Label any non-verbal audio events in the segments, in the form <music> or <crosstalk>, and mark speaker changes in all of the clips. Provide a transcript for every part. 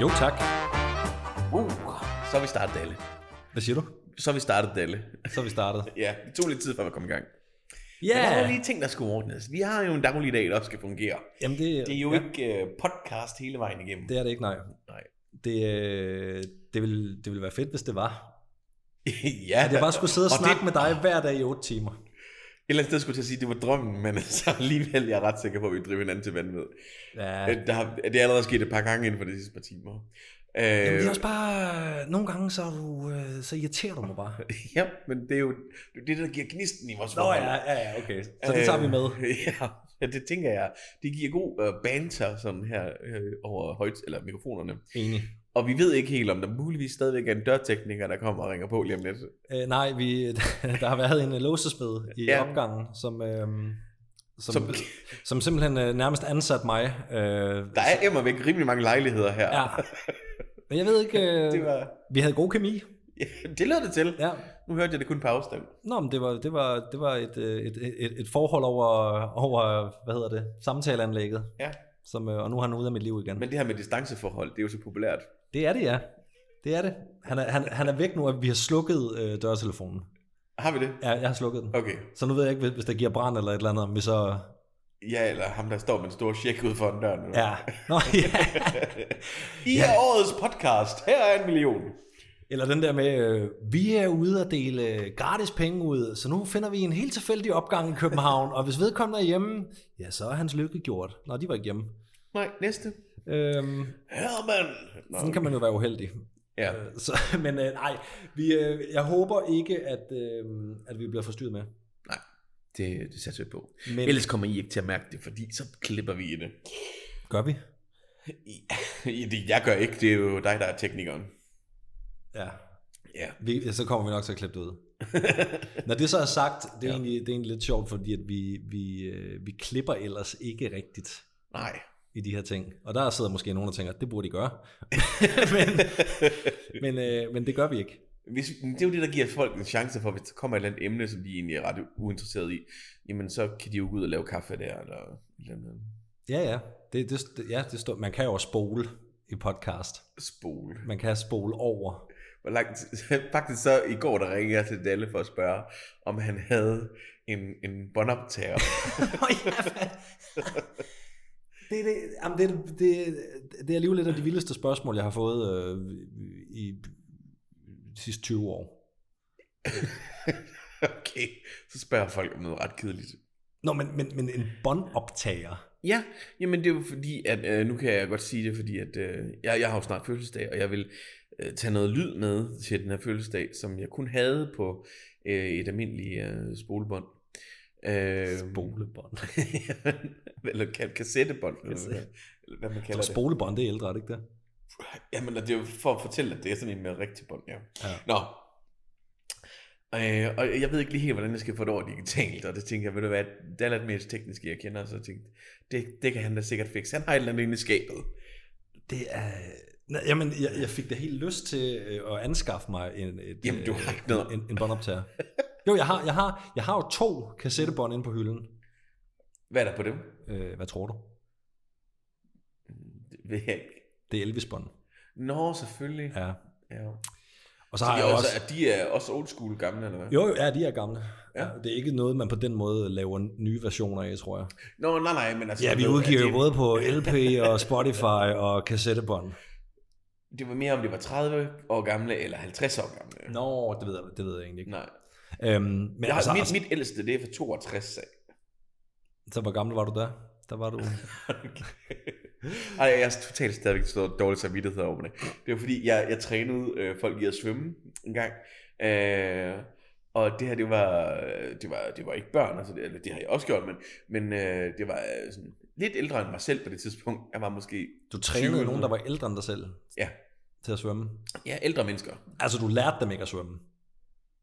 Speaker 1: Jo tak.
Speaker 2: Uh, så er vi startet alle.
Speaker 1: Hvad siger du?
Speaker 2: Så er vi startet alle.
Speaker 1: Så er vi startet.
Speaker 2: Ja, det tog lidt tid, før vi kom i gang.
Speaker 1: <laughs> Ja!
Speaker 2: Men der var
Speaker 1: Yeah.
Speaker 2: lige ting, der skulle ordnes. Vi har jo en daglig dag, der også skal fungere.
Speaker 1: Jamen det,
Speaker 2: Det er jo
Speaker 1: ja,
Speaker 2: ja. ikke uh, podcast hele vejen igennem.
Speaker 1: Det er det ikke, nej.
Speaker 2: Nej. <laughs>
Speaker 1: Det, øh, det, ville, det ville være fedt, hvis det var.
Speaker 2: ja,
Speaker 1: At jeg bare skulle sidde <laughs> og,
Speaker 2: og
Speaker 1: snakke
Speaker 2: det-
Speaker 1: med dig hver dag i 8 timer.
Speaker 2: Et eller andet sted skulle jeg til at sige, at det var drømmen, men <laughs> så alligevel jeg er ret sikker på, at vi driver hinanden til vanvid.
Speaker 1: Ja.
Speaker 2: Ja. Der, har- det er allerede sket et par gange inden for de sidste par timer. Øh,
Speaker 1: Jamen, det er også bare, nogle gange så, er du, øh, så irriterer du mig bare.
Speaker 2: <laughs> Ja, men det er jo det, er det der giver gnisten i vores
Speaker 1: <laughs> Nå
Speaker 2: forhold.
Speaker 1: ja, ja, ja, okay. Så det tager vi med.
Speaker 2: Øh, <laughs> ja, ja, det tænker jeg. Det giver god øh, banter sådan her øh, over højt, eller mikrofonerne.
Speaker 1: Enig.
Speaker 2: Og vi ved ikke helt, om der muligvis stadigvæk er en dørtekniker, der kommer og ringer på lige om lidt.
Speaker 1: Øh, nej, vi, <laughs> der har været en øh, låsespæd i
Speaker 2: Ja.
Speaker 1: ja. opgangen, som, øh, som, som,
Speaker 2: Som-
Speaker 1: som simpelthen øh, nærmest ansat mig. Øh,
Speaker 2: Der er emmer væk rimelig mange lejligheder her.
Speaker 1: Ja. Men jeg ved ikke,
Speaker 2: <laughs>
Speaker 1: øh,
Speaker 2: Det, var,
Speaker 1: vi havde god kemi.
Speaker 2: ja, det lød det til. Ja.
Speaker 1: Ja.
Speaker 2: Nu hørte jeg det kun på afstand.
Speaker 1: Nå, men det var, det var, det var et, øh, et, et, et forhold over, over, hvad hedder det, samtaleanlægget.
Speaker 2: Ja.
Speaker 1: Som, øh, og nu har han ude af mit liv igen.
Speaker 2: Men det her med distanceforhold, det er jo så populært.
Speaker 1: Det er det, ja. Det er det. Han er, han, han er væk nu, og vi har slukket øh, dørtelefonen.
Speaker 2: Har vi det?
Speaker 1: Ja, jeg har slukket den.
Speaker 2: Okay.
Speaker 1: Så nu ved jeg ikke, hvis- hvis der giver brand eller et eller andet, om vi så...
Speaker 2: Ja, eller ham, der står med en stor check ud foran døren. eller hvad?
Speaker 1: Ja. Nå, <laughs> ja.
Speaker 2: <laughs> I er årets podcast. Her er en million.
Speaker 1: Eller den der med, øh, vi er ude at dele øh, gratis penge ud, så nu finder vi en helt tilfældig opgang i København, og hvis vedkommende er hjemme, ja, så er hans lykke gjort. Nå, de var ikke hjemme.
Speaker 2: Nej, næste.
Speaker 1: Øhm,
Speaker 2: Herman. Nå.
Speaker 1: sådan kan man jo være uheldig.
Speaker 2: Ja.
Speaker 1: Øh, Så, <laughs> men øh, nej, vi, øh, jeg håber ikke, at, øh, at vi bliver forstyrret med.
Speaker 2: Nej, det, det satser vi på.
Speaker 1: Men
Speaker 2: Ellers kommer I ikke til at mærke det, fordi så klipper vi i <laughs> det.
Speaker 1: gør vi?
Speaker 2: I, I det jeg gør ikke, det er jo dig, der er teknikeren.
Speaker 1: Ja.
Speaker 2: Ja.
Speaker 1: Vi, ja, så kommer vi nok til at klippe det ud. Når det så er sagt, det er, ja. egentlig, det er egentlig lidt sjovt, fordi at vi, vi, øh, vi klipper ellers ikke rigtigt.
Speaker 2: Nej. <laughs>
Speaker 1: i de her ting. Og der sidder måske nogen og tænker, at det burde de gøre. <laughs> men, men, øh, men det gør vi ikke.
Speaker 2: Hvis, men det er jo det, der giver folk en chance for, hvis der kommer et eller andet emne, som de egentlig er ret uinteresseret i, jamen så kan de jo gå ud og lave kaffe der, eller et eller andet
Speaker 1: Ja, ja. Det, det, det- ja det står, man kan jo også spole i podcast.
Speaker 2: spole.
Speaker 1: Man kan spole over.
Speaker 2: Hvor lang tid, <laughs> faktisk så i går, der ringede jeg til Dalle for at spørge, om han havde en, en båndoptager. <laughs>
Speaker 1: Nå, ja, hvad? det, er det, jamen, det, er- det, det er alligevel et af de vildeste spørgsmål, jeg har fået øh, i de sidste 20 år.
Speaker 2: okay, så spørger folk om noget ret kedeligt.
Speaker 1: Nå, men, men, men en båndoptager.
Speaker 2: Ja, jamen det er jo fordi, at øh, nu kan jeg godt sige det, fordi at øh, jeg, jeg har jo snart fødselsdag, og jeg vil øh, tage noget lyd med til den her fødselsdag, som jeg kun havde på øh, et almindeligt øh, spolebånd. Øh,
Speaker 1: Spolebånd.
Speaker 2: <laughs> eller ka- kassettebånd, eller,
Speaker 1: Kassette.
Speaker 2: hvad- eller hvad man kalder
Speaker 1: Og
Speaker 2: det.
Speaker 1: spolebånd, det er ældre, er det ikke det?
Speaker 2: Jamen, og det er jo for at fortælle, at det er sådan en med rigtig bånd, ja.
Speaker 1: Ja.
Speaker 2: Nå. Øh, og jeg ved ikke lige helt, hvordan jeg skal få det over digitalt, og det tænker jeg, ved du hvad, det er lidt mere teknisk, jeg kender, så jeg tænkte, det, det kan han da sikkert fikse. Han har et eller andet inde i skabet.
Speaker 1: Det er... Nå, jamen, jeg, jeg fik da helt lyst til øh, at anskaffe mig en, et,
Speaker 2: Jamen, du
Speaker 1: øh,
Speaker 2: har ikke noget.
Speaker 1: en, en båndoptager. Jo, jeg har, jeg, har, jeg har jo to kassettebånd inde på hylden.
Speaker 2: Hvad er der på dem?
Speaker 1: Øh, hvad tror du?
Speaker 2: Det ved jeg ikke.
Speaker 1: Det er Elvis-bånd.
Speaker 2: Nå, selvfølgelig. Ja.
Speaker 1: Ja.
Speaker 2: Ja.
Speaker 1: Og
Speaker 2: Så
Speaker 1: så har
Speaker 2: de
Speaker 1: jeg
Speaker 2: er,
Speaker 1: også...
Speaker 2: også, er de er også old school gamle, eller hvad?
Speaker 1: Jo, jo, ja, de er gamle.
Speaker 2: Ja.
Speaker 1: Ja. Det er ikke noget, man på den måde laver nye versioner af, tror jeg.
Speaker 2: Nå, nej, nej, men altså...
Speaker 1: Ja, vi
Speaker 2: du ved,
Speaker 1: udgiver
Speaker 2: at
Speaker 1: jo
Speaker 2: det,
Speaker 1: både
Speaker 2: <laughs>
Speaker 1: på LP og Spotify og kassettebånd.
Speaker 2: Det var mere, om det var 30 år gamle, eller 50 år gamle.
Speaker 1: Nå, det ved jeg, det ved jeg egentlig ikke.
Speaker 2: Nej.
Speaker 1: Øhm, men
Speaker 2: Jeg har,
Speaker 1: altså,
Speaker 2: mit,
Speaker 1: altså,
Speaker 2: mit ældste, det er fra 62 af.
Speaker 1: så altså, hvor gammel var du der? Der var du...
Speaker 2: Ej, jeg er totalt stadigvæk så dårlig samvittighed over det. Det var fordi, jeg, jeg trænede øh, folk i at svømme en gang. Øh, og det her, det var, det var, det var ikke børn, altså det, eller det har jeg også gjort, men, men øh, det var øh, sådan, lidt ældre end mig selv på det tidspunkt. Jeg var måske, 20
Speaker 1: Du trænede nogen,
Speaker 2: minutter.
Speaker 1: der var ældre end dig selv
Speaker 2: ja,
Speaker 1: til at svømme.
Speaker 2: ja ældre mennesker.
Speaker 1: Altså, du lærte dem ikke at svømme.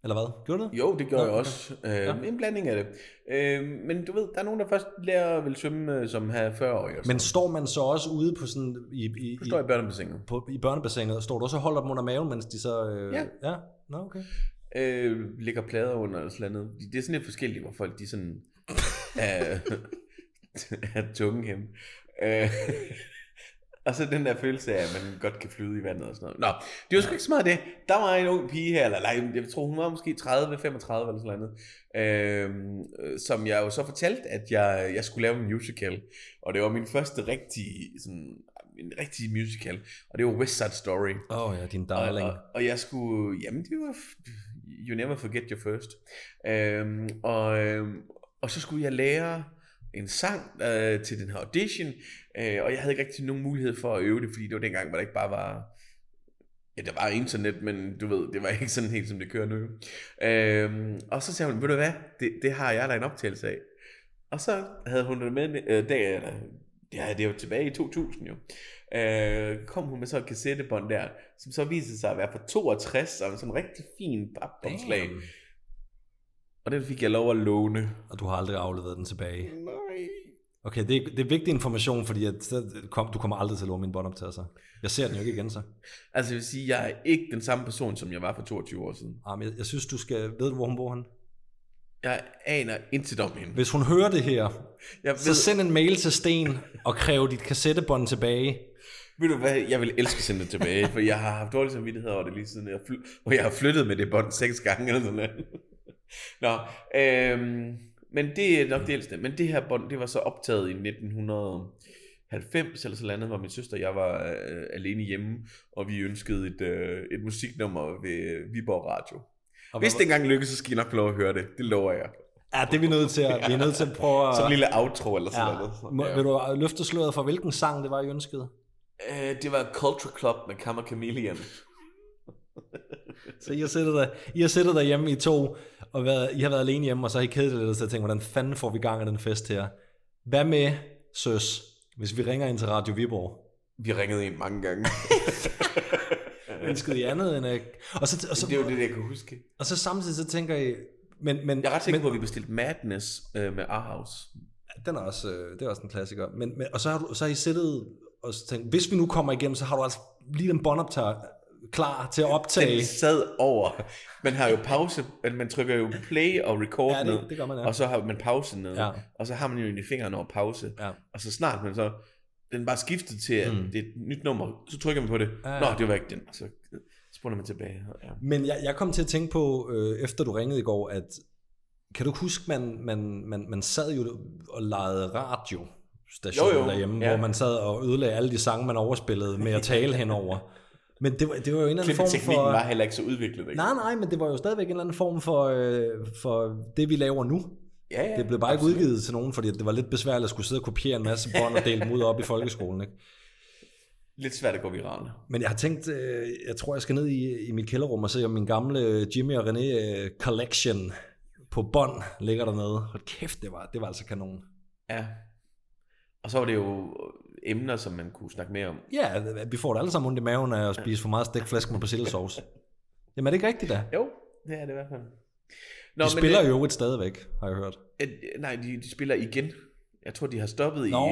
Speaker 1: Eller hvad? Gjorde du det?
Speaker 2: Jo, det gør
Speaker 1: Nå,
Speaker 2: jeg
Speaker 1: okay.
Speaker 2: også. Øh,
Speaker 1: Ja.
Speaker 2: En blanding af det. Øh, men du ved, der er nogen, der først lærer at vil svømme øh, som her 40 år.
Speaker 1: Men står man så også ude på sådan... I, i,
Speaker 2: nu
Speaker 1: i,
Speaker 2: står jeg i børnebassinet.
Speaker 1: på, i børnebassinet, står du også og holder dem under maven, mens de så... Øh,
Speaker 2: Ja.
Speaker 1: ja. Nå, okay.
Speaker 2: øh, lægger plader under eller sådan noget. Det er sådan lidt forskelligt, hvor folk de sådan <laughs> er, er tunge hjem. Øh, <laughs> Og så den der følelse af, at man godt kan flyde i vandet og sådan noget. Nå, det var sgu ikke så meget det. Der var en ung pige her, eller nej, jeg tror hun var måske 30-35 eller sådan noget. Øhm, øh, som jeg jo så fortalte, at jeg, jeg skulle lave en musical. Og det var min første rigtige, sådan, en rigtig musical. Og det var West Side Story.
Speaker 1: Åh oh, ja, din
Speaker 2: Og,
Speaker 1: darling.
Speaker 2: og, og jeg skulle, jamen det var, you never forget your first. Øhm, og, øhm, og så skulle jeg lære en sang øh, til den her audition, øh, og jeg havde ikke rigtig nogen mulighed for at øve det, fordi det var dengang, hvor der ikke bare var, ja der var internet, men du ved, det var ikke sådan helt som det kører nu. Øhm, og så sagde hun, ved du hvad, det, det har jeg da en optagelse af. Og så havde hun det med, øh, dag, eller, ja, det var tilbage i 2000 jo. Øh, kom hun med så et kassettebånd der, som så viste sig at være fra 62, og sådan en rigtig fin papomslag.
Speaker 1: Damn.
Speaker 2: Og den fik jeg lov at låne.
Speaker 1: Og du har aldrig afleveret den tilbage.
Speaker 2: Nej.
Speaker 1: Okay, det er, det er vigtig information, fordi at, så kom, du kommer aldrig til at låne min båndoptager. Jeg ser den jo ikke igen, så.
Speaker 2: Altså jeg vil sige, jeg er ikke den samme person, som jeg var for 22 år siden.
Speaker 1: Ah, men jeg, jeg synes, du skal... Ved du, hvor hun bor henne?
Speaker 2: Jeg aner intet om hende.
Speaker 1: Hvis hun hører det her,
Speaker 2: Jeg ved,
Speaker 1: så send en mail til Sten og kræv dit kassettebånd tilbage.
Speaker 2: ved du hvad, jeg vil elske at sende det tilbage, for jeg har haft dårlig samvittighed over det lige siden, jeg, fly- og jeg har flyttet med det bånd seks gange eller sådan noget. <laughs> Nå, øhm, men det er nok det ældste. Men det her bånd, det var så optaget i 1990 eller sådan andet, hvor min søster og jeg var øh, alene hjemme, og vi ønskede et, øh, et musiknummer ved Viborg Radio.
Speaker 1: Og
Speaker 2: Hvis det engang lykkes, så skal I nok få lov at høre det. Det lover jeg.
Speaker 1: Ja, det er vi nødt til at, vi er nødt til at prøve at...
Speaker 2: Sådan en lille outro eller sådan
Speaker 1: ja.
Speaker 2: ja. noget.
Speaker 1: Må,
Speaker 2: Ja.
Speaker 1: Vil du øh, løfte sløret for, hvilken sang det var, I ønskede?
Speaker 2: Øh, det var Culture Club med Kammer Chameleon.
Speaker 1: Så I har siddet, der, I har siddet derhjemme i to, og været, I har været alene hjemme, og så har I kedet jer lidt, og så har I tænkt, hvordan fanden får vi gang i den fest her? Hvad med, søs, hvis vi ringer ind til Radio Viborg?
Speaker 2: Vi ringede ind mange gange.
Speaker 1: Ønskede I andet end... øh, Og så, og, så,
Speaker 2: det er jo det, jeg kan huske.
Speaker 1: og så samtidig så tænker I... Men, men,
Speaker 2: Jeg er ret sikker
Speaker 1: men,
Speaker 2: på, at vi bestilte Madness øh, med Arhaus.
Speaker 1: den er også, øh, det er også en klassiker. Men, men, og så har, du, så har I siddet og så tænkt, hvis vi nu kommer igennem, så har du altså lige den båndoptager klar til at optage.
Speaker 2: Den sad over. Man har jo pause, eller man trykker jo play og record
Speaker 1: Ja, det-
Speaker 2: ned,
Speaker 1: det gør man, ja.
Speaker 2: og så har man pause ned,
Speaker 1: Ja.
Speaker 2: og så har man jo egentlig fingeren over pause.
Speaker 1: Ja.
Speaker 2: Og så snart man så, den bare skiftet til, at mm. det er et nyt nummer, så trykker man på det.
Speaker 1: Ja,
Speaker 2: Ja,
Speaker 1: ja.
Speaker 2: Nå, det var ikke den. Og Så spoler man tilbage. Ja.
Speaker 1: Men jeg, jeg kom til at tænke på, øh, efter du ringede i går, at kan du ikke huske, man, man, man, man sad jo og lejede radio
Speaker 2: Jo, jo.
Speaker 1: derhjemme, ja.
Speaker 2: Ja.
Speaker 1: hvor man sad og ødelagde alle de sange, man overspillede med at tale henover.
Speaker 2: <laughs>
Speaker 1: Men det var, det var jo en eller anden form
Speaker 2: Klippeteknikken
Speaker 1: for...
Speaker 2: var heller ikke så udviklet. Ikke?
Speaker 1: Nej, nej, men det var jo stadigvæk en eller anden form for, øh, for det, vi laver nu.
Speaker 2: ja, ja.
Speaker 1: Det blev bare ikke udgivet til nogen, fordi det var lidt besværligt at skulle sidde og kopiere en masse bånd og dele dem ud op i folkeskolen. Ikke?
Speaker 2: Lidt svært at gå viralt.
Speaker 1: Men jeg har tænkt, øh, jeg tror, jeg skal ned i, i mit kælderrum og se, om min gamle øh, Jimmy og René øh, collection på bånd ligger dernede. Hold kæft, det var, det var altså kanon.
Speaker 2: Ja. Og så var det jo øh, emner, som man kunne snakke mere om.
Speaker 1: Ja, vi får det alle sammen ondt i maven af at spise for meget stækflæsk med persillesauce. Jamen er det ikke rigtigt da?
Speaker 2: Jo, det er det i hvert fald. Nå,
Speaker 1: De spiller
Speaker 2: det,
Speaker 1: jo et stadigvæk, har jeg hørt.
Speaker 2: Øh, nej, de, de spiller igen. Jeg tror, de har stoppet
Speaker 1: Nå,
Speaker 2: i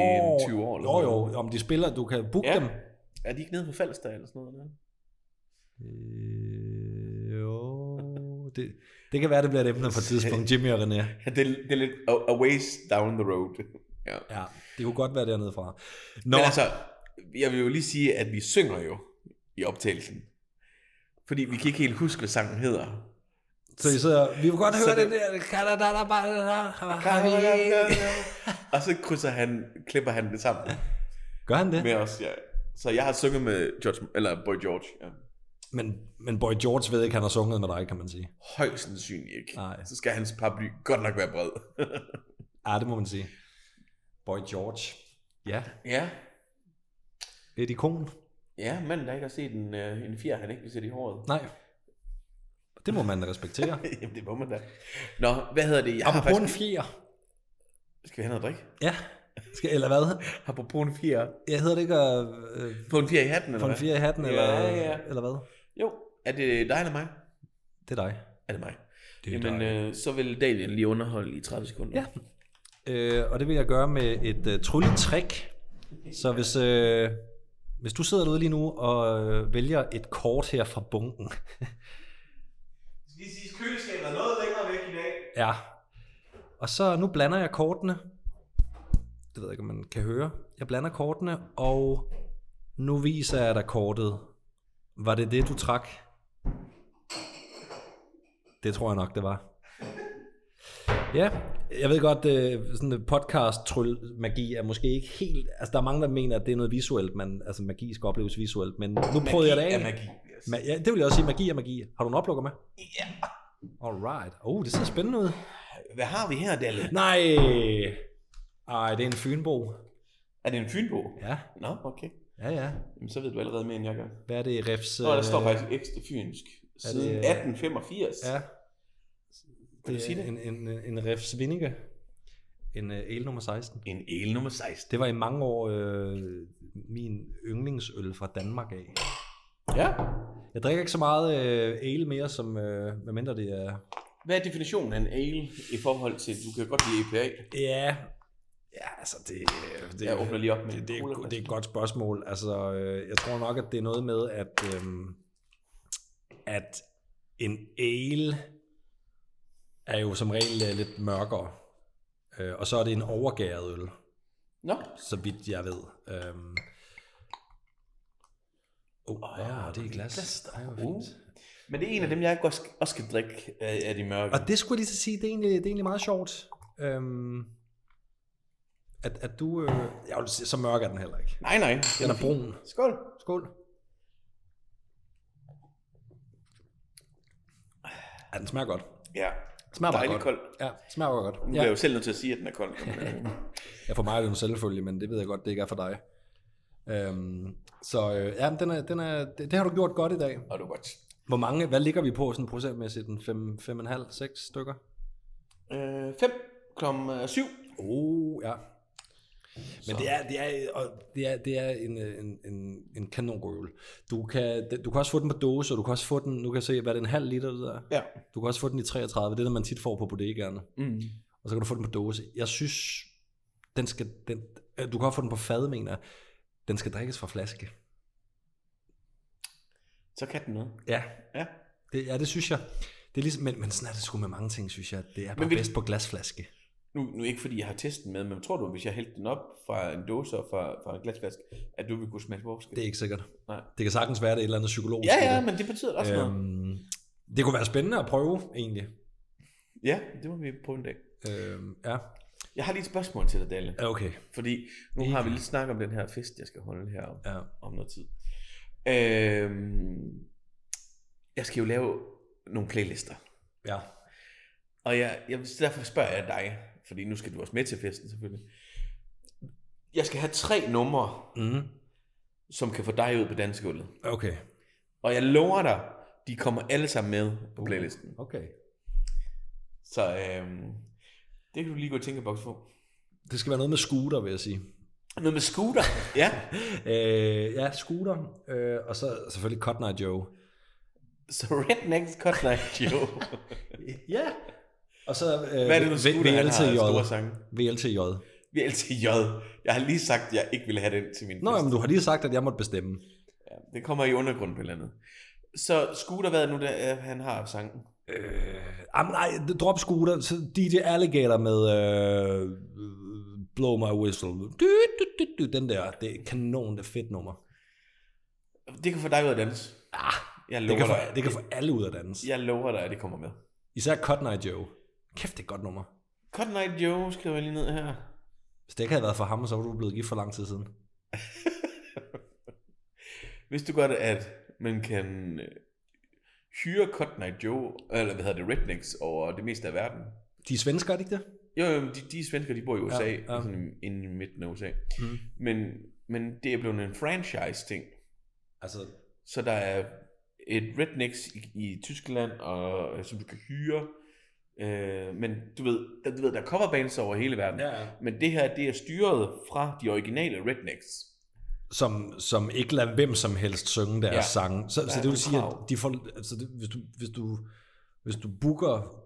Speaker 2: øh, 20 år. Eller
Speaker 1: jo,
Speaker 2: sådan noget.
Speaker 1: jo, om de spiller, du kan booke
Speaker 2: Ja.
Speaker 1: dem.
Speaker 2: Er de ikke nede på Falster eller sådan noget? Eller?
Speaker 1: Øh, jo, det, det kan være, det bliver et emne på et tidspunkt, Jimmy og René.
Speaker 2: Ja, det, er- det er lidt a, a ways down the road. ja.
Speaker 1: Ja, det kunne godt være dernede fra. Nå,
Speaker 2: Men altså, jeg vil jo lige sige, at vi synger jo i optagelsen. Fordi vi kan ikke helt huske, hvad sangen hedder.
Speaker 1: Så I sidder, vi vil godt
Speaker 2: Så
Speaker 1: høre
Speaker 2: det-
Speaker 1: den der... Kadadadabadada-
Speaker 2: <laughs> Og så krydser han, klipper han det sammen.
Speaker 1: Gør han det?
Speaker 2: med os, ja. Så jeg har sunget med George, eller Boy George. Ja.
Speaker 1: Men, men Boy George ved ikke, han har sunget med dig, kan man sige.
Speaker 2: Højst sandsynligt ikke.
Speaker 1: Nej.
Speaker 2: Så skal hans paraply godt nok være bred.
Speaker 1: Ja, det må man sige. Boy George. Ja,
Speaker 2: <laughs> ja,
Speaker 1: et ikon.
Speaker 2: ja, manden der ikke har set en, øh, en fjer, han ikke vil sætte i håret. <laughs>
Speaker 1: Nej. Det må man respektere.
Speaker 2: Jamen, det må man da. Nå, hvad hedder det? Jeg har
Speaker 1: Apropos en
Speaker 2: faktisk...
Speaker 1: fjer.
Speaker 2: Skal vi have noget drik?
Speaker 1: Ja. Skal, eller hvad?
Speaker 2: Apropos en fjer.
Speaker 1: Jeg hedder det ikke at øh,
Speaker 2: På en fjer i hatten, eller
Speaker 1: få en
Speaker 2: hvad?
Speaker 1: fjer i hatten,
Speaker 2: Ja,
Speaker 1: eller,
Speaker 2: ja.
Speaker 1: eller hvad?
Speaker 2: Jo, er det dig eller mig?
Speaker 1: Det er dig.
Speaker 2: Er det mig?
Speaker 1: Det er
Speaker 2: Jamen, øh, så vil Daniel lige underholde i 30 sekunder.
Speaker 1: Ja. Øh, og det vil jeg gøre med et øh, tryllet trick. Så hvis, øh, hvis du sidder derude lige nu og øh, vælger et kort her fra bunken.
Speaker 2: Skal lige sige, køleskabet er noget længere væk i dag.
Speaker 1: ja. Og så nu blander jeg kortene. Det ved jeg ikke, om man kan høre. Jeg blander kortene, og Nu viser jeg dig kortet. Var det det, du trak? Det tror jeg nok, det var. Ja, jeg ved godt, øh, sådan en podcast-tryl-magi er måske ikke helt... Altså, der er mange, der mener, at det er noget visuelt, men altså, magi skal opleves visuelt, men nu prøvede jeg det af.
Speaker 2: er magi. Yes.
Speaker 1: Ma- ja, det vil jeg også sige, magi er magi. Har du en oplukker med?
Speaker 2: Ja.
Speaker 1: Alright. Oh, det ser spændende ud.
Speaker 2: Hvad har vi her, Dalle?
Speaker 1: Nej! Ej, det er en Fynbo.
Speaker 2: Er det en fynbo?
Speaker 1: Ja,
Speaker 2: Nå, okay.
Speaker 1: ja, ja.
Speaker 2: Jamen, så ved du allerede mere, end jeg gør.
Speaker 1: Hvad er det, Refs?
Speaker 2: Nå, der står
Speaker 1: øh,
Speaker 2: faktisk ekstra fynsk. Siden
Speaker 1: det, øh,
Speaker 2: 1885.
Speaker 1: Ja.
Speaker 2: du
Speaker 1: Det
Speaker 2: sige
Speaker 1: er
Speaker 2: det?
Speaker 1: en, en, en, en Refs Vinninge. En uh, el nummer 16.
Speaker 2: En el nummer 16.
Speaker 1: Det var i mange år øh, min yndlingsøl fra Danmark af.
Speaker 2: Ja.
Speaker 1: Jeg drikker ikke så meget øh, ale mere, som, øh, medmindre det er...
Speaker 2: Hvad er definitionen af en ale i forhold til, du kan godt lide EPA?
Speaker 1: Ja, ja altså det... øh, det
Speaker 2: Jeg åbner lige op med
Speaker 1: det, det,
Speaker 2: en
Speaker 1: er,
Speaker 2: cola.
Speaker 1: det er et godt spørgsmål. Altså, øh, jeg tror nok, at det er noget med, at, øh, at en ale er jo som regel øh, lidt mørkere. Øh, og så er det en overgæret øl,
Speaker 2: Nå,
Speaker 1: så vidt jeg ved. Øh, oh,
Speaker 2: Åh,
Speaker 1: oh,
Speaker 2: ja,
Speaker 1: ja, det er i
Speaker 2: glas,
Speaker 1: glas. Uh.
Speaker 2: der
Speaker 1: Ej, hvor
Speaker 2: er
Speaker 1: fint.
Speaker 2: gode. Uh. men det er en af dem, jeg også også skal drikke af af de mørke.
Speaker 1: Og det skulle jeg lige så sige, det er egentlig, det er egentlig meget sjovt. Øhm, at, at du... Øh, jeg vil sige, så mørk er den heller ikke.
Speaker 2: Nej, nej.
Speaker 1: Den er brun.
Speaker 2: Skål.
Speaker 1: Skål. Ja, den smager godt.
Speaker 2: Ja.
Speaker 1: Smager bare
Speaker 2: Dejligt
Speaker 1: godt.
Speaker 2: kold.
Speaker 1: Ja, smager bare godt.
Speaker 2: Nu er jeg
Speaker 1: Ja,
Speaker 2: jo selv nødt til at sige, at den er kold. men,
Speaker 1: <laughs>
Speaker 2: øh,
Speaker 1: ja, for mig er det en selvfølge, men det ved jeg godt, det ikke er for dig. Øhm, så øh, ja, men den er, den er, det, det, har du gjort godt i dag.
Speaker 2: Og det er godt.
Speaker 1: Hvor mange, hvad ligger vi på sådan procentmæssigt? En 5, 5,5, 6 stykker?
Speaker 2: 5 Øh, klokken øh, 7. Uh,
Speaker 1: Oh, ja. Men det er, det er, og det er, det er en, øh, en, en, en kanonrøvel. Du kan, du kan også få den på dåse, og du kan også få den, nu kan jeg se, hvad er det en halv liter, det der?
Speaker 2: Ja.
Speaker 1: Du kan også få den i 33, det er det, man tit får på bodegaerne.
Speaker 2: Mm.
Speaker 1: Og så kan du få den på dåse. Jeg synes, den skal, den, øh, du kan også få den på fad, mener jeg. Den skal drikkes fra flaske.
Speaker 2: Så kan den noget.
Speaker 1: Ja,
Speaker 2: Ja.
Speaker 1: det, ja, det synes jeg. Det er ligesom, men, men sådan er det sgu med mange ting, synes jeg. Det er bare
Speaker 2: Men vil-
Speaker 1: bedst på glasflaske.
Speaker 2: Nu, nu ikke fordi jeg har testen med, men tror du, hvis jeg hældte den op fra en dåse og fra, fra en glasflaske, at du ville kunne smage forskel?
Speaker 1: Det er ikke sikkert.
Speaker 2: Nej.
Speaker 1: Det kan sagtens være, det er et eller andet psykologisk.
Speaker 2: Ja,
Speaker 1: i
Speaker 2: ja,
Speaker 1: det.
Speaker 2: men det betyder da også øhm. noget.
Speaker 1: Øhm, det kunne være spændende at prøve, egentlig.
Speaker 2: Ja, det må vi prøve en dag.
Speaker 1: Øhm, ja,
Speaker 2: Jeg har lige et spørgsmål til dig, Dalle.
Speaker 1: Ja, okay.
Speaker 2: Fordi nu har vi lidt snakket om den her fest, jeg skal holde her om,
Speaker 1: Ja.
Speaker 2: om noget tid. Øhm, jeg skal jo lave nogle playlister.
Speaker 1: ja.
Speaker 2: Og jeg, jeg, så derfor spørger jeg dig, fordi nu skal du også med til festen selvfølgelig. Jeg skal have tre numre,
Speaker 1: Mm.
Speaker 2: som kan få dig ud på dansegulvet.
Speaker 1: Okay.
Speaker 2: Og jeg lover dig, de kommer alle sammen med på
Speaker 1: Uh.
Speaker 2: playlisten.
Speaker 1: Okay.
Speaker 2: Så øhm, det kan du lige gå i tænkeboks på.
Speaker 1: Det skal være noget med scooter, vil jeg sige.
Speaker 2: Noget med scooter. ja.
Speaker 1: Øh, ja, scooter. Øh, og så selvfølgelig Cotton Eye Joe.
Speaker 2: <laughs> Så Rednecks Cut Night Joe.
Speaker 1: Ja. Og så øh,
Speaker 2: Hvad er det nu, scooter, han har af store
Speaker 1: VLTJ.
Speaker 2: sange?
Speaker 1: VLTJ.
Speaker 2: VLTJ. Jeg har lige sagt, at jeg ikke ville have den til min
Speaker 1: Nå,
Speaker 2: fest.
Speaker 1: jamen, du har lige sagt, at jeg måtte bestemme.
Speaker 2: Ja, det kommer i undergrunden på et eller andet. Så scooter, hvad er det nu, der, øh, han har af sangen?
Speaker 1: Øh, jamen, nej, drop scooter. Så DJ Alligator med øh, Blow My Whistle. Du, du, du, du, den der. Det er kanon, det er fedt nummer.
Speaker 2: Det kan få dig ud at danse.
Speaker 1: Ah,
Speaker 2: Jeg
Speaker 1: det
Speaker 2: lover,
Speaker 1: kan, få,
Speaker 2: dig,
Speaker 1: det kan få alle ud af dansen.
Speaker 2: jeg lover dig, at det kommer med.
Speaker 1: Især Cotton Eye Joe. Kæft, det er et godt nummer.
Speaker 2: Cut Night Joe skriver jeg lige ned her.
Speaker 1: Hvis det ikke havde været for ham, så var du blevet gift for lang tid siden.
Speaker 2: Vidste du godt, at man kan øh, hyre Cut Night Joe, eller hvad hedder det, Rednecks, over det meste af verden?
Speaker 1: De er svensker, er det ikke det?
Speaker 2: Jo, jo, men de, de svensker, de bor i USA, ja,
Speaker 1: Ja,
Speaker 2: ja.
Speaker 1: ja.
Speaker 2: Sådan inde i midten af USA.
Speaker 1: Mm.
Speaker 2: Men, men det er blevet en franchise-ting.
Speaker 1: Altså,
Speaker 2: Så der er et Rednecks i, i Tyskland, og, som du kan hyre. Øh, men du ved, der, du ved, der er coverbands over hele verden.
Speaker 1: ja.
Speaker 2: Men det her, det er styret fra de originale Rednecks.
Speaker 1: som, som ikke lader hvem som helst synge deres
Speaker 2: Ja.
Speaker 1: ja. sange. Så,
Speaker 2: Der
Speaker 1: så
Speaker 2: er
Speaker 1: det vil
Speaker 2: nogle
Speaker 1: sige,
Speaker 2: krav.
Speaker 1: at de får, altså det, hvis, du, hvis, du, hvis du booker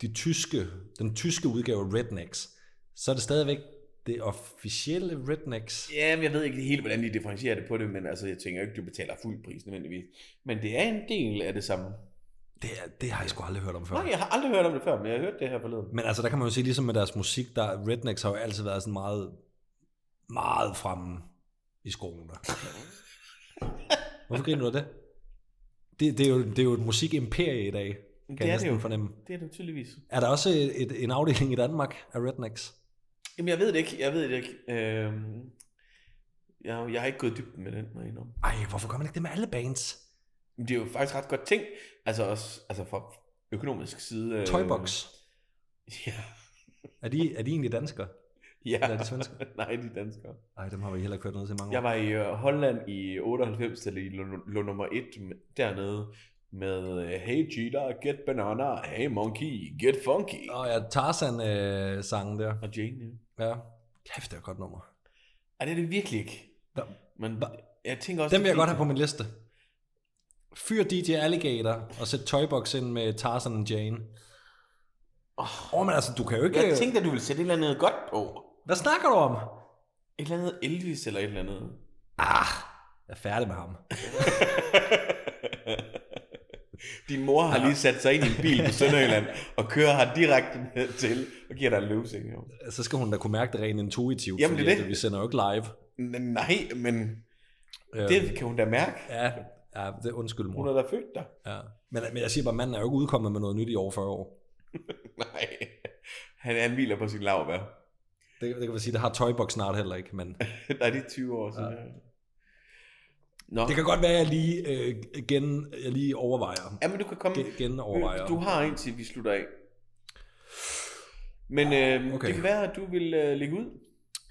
Speaker 1: de tyske, den tyske udgave af Rednecks, så er det stadigvæk det officielle Rednecks.
Speaker 2: Ja, men jeg ved ikke helt, hvordan de differentierer det på det, men altså, jeg tænker ikke, du betaler fuld pris nødvendigvis. Men det er en del af det samme.
Speaker 1: Det, er, det har jeg sgu aldrig hørt om før.
Speaker 2: Nej, jeg har aldrig hørt om det før, men jeg har hørt det her forleden.
Speaker 1: Men altså, der kan man jo sige, ligesom med deres musik, der Rednecks har jo altid været sådan meget, meget fremme i skoen. Der.
Speaker 2: <laughs>
Speaker 1: Hvorfor griner du af det? Det, det, er jo, det er jo et musikimperie i dag, kan
Speaker 2: Det
Speaker 1: jeg
Speaker 2: er
Speaker 1: næsten
Speaker 2: det jo.
Speaker 1: fornemme.
Speaker 2: Det er det tydeligvis.
Speaker 1: Er der også et, et, en afdeling i Danmark af rednecks?
Speaker 2: Jamen, jeg ved det ikke. Jeg ved det ikke. Øhm, jeg, jeg har ikke gået i dybden med den, må jeg indrømme.
Speaker 1: Ej, hvorfor gør man ikke det med alle bands?
Speaker 2: Men det er jo faktisk ret godt ting. Altså også altså fra økonomisk side. Øh,
Speaker 1: Toybox.
Speaker 2: <laughs> Ja.
Speaker 1: Er de, er de egentlig danskere?
Speaker 2: ja.
Speaker 1: Eller er de svenskere?
Speaker 2: <laughs> Nej, de er danskere.
Speaker 1: Nej, dem har vi heller ikke hørt noget til i mange år.
Speaker 2: Jeg var i øh, Holland i 98, da de lå lå nummer 1 dernede med øh, Hey Cheetah, Get Banana, Hey Monkey, Get Funky.
Speaker 1: Og ja, Tarzan-sangen der.
Speaker 2: Og Jane, ja.
Speaker 1: Ja. Kæft, det er et godt nummer.
Speaker 2: Ej, det er det virkelig ikke.
Speaker 1: Nå,
Speaker 2: Men
Speaker 1: hva-
Speaker 2: jeg tænker også...
Speaker 1: Den vil jeg
Speaker 2: det er
Speaker 1: godt have på min liste. Fyr DJ Alligator og sæt Toybox ind med Tarzan og Jane. Åh, oh, men altså, du kan jo ikke...
Speaker 2: fordi- Jeg tænkte, at du ville sætte et eller andet godt på.
Speaker 1: Hvad snakker du om?
Speaker 2: Et eller andet Elvis eller et eller andet.
Speaker 1: Ah, jeg er færdig med ham.
Speaker 2: Din mor har lige sat sig ind i en bil på Sønderjylland og kører her direkte ned til og giver dig en løsning. Jo.
Speaker 1: Så skal hun da kunne mærke det rent intuitivt,
Speaker 2: Jamen,
Speaker 1: fordi
Speaker 2: det er det.
Speaker 1: at vi sender jo ikke live.
Speaker 2: Men Nej, men
Speaker 1: Øhm,
Speaker 2: det kan hun da mærke.
Speaker 1: Ja, ja det, undskyld
Speaker 2: Hun
Speaker 1: mor.
Speaker 2: har da født
Speaker 1: <laughs>
Speaker 2: dig.
Speaker 1: Ja. Men, men jeg siger bare, manden er jo ikke udkommet med noget nyt i over 40 år.
Speaker 2: Nej, han, han hviler på sin lav, hvad?
Speaker 1: Det, det kan man sige, det har Toybox snart heller ikke, men...
Speaker 2: Nej, det er 20 år siden. Ja. Nå,
Speaker 1: Det kan godt være, at jeg lige, øh, igen, jeg lige overvejer.
Speaker 2: jamen du kan komme...
Speaker 1: Gen- Genovervejer.
Speaker 2: Du har en til, vi slutter af. Men øh,
Speaker 1: Okay.
Speaker 2: okay. det kan være, at du vil øh, lægge ud.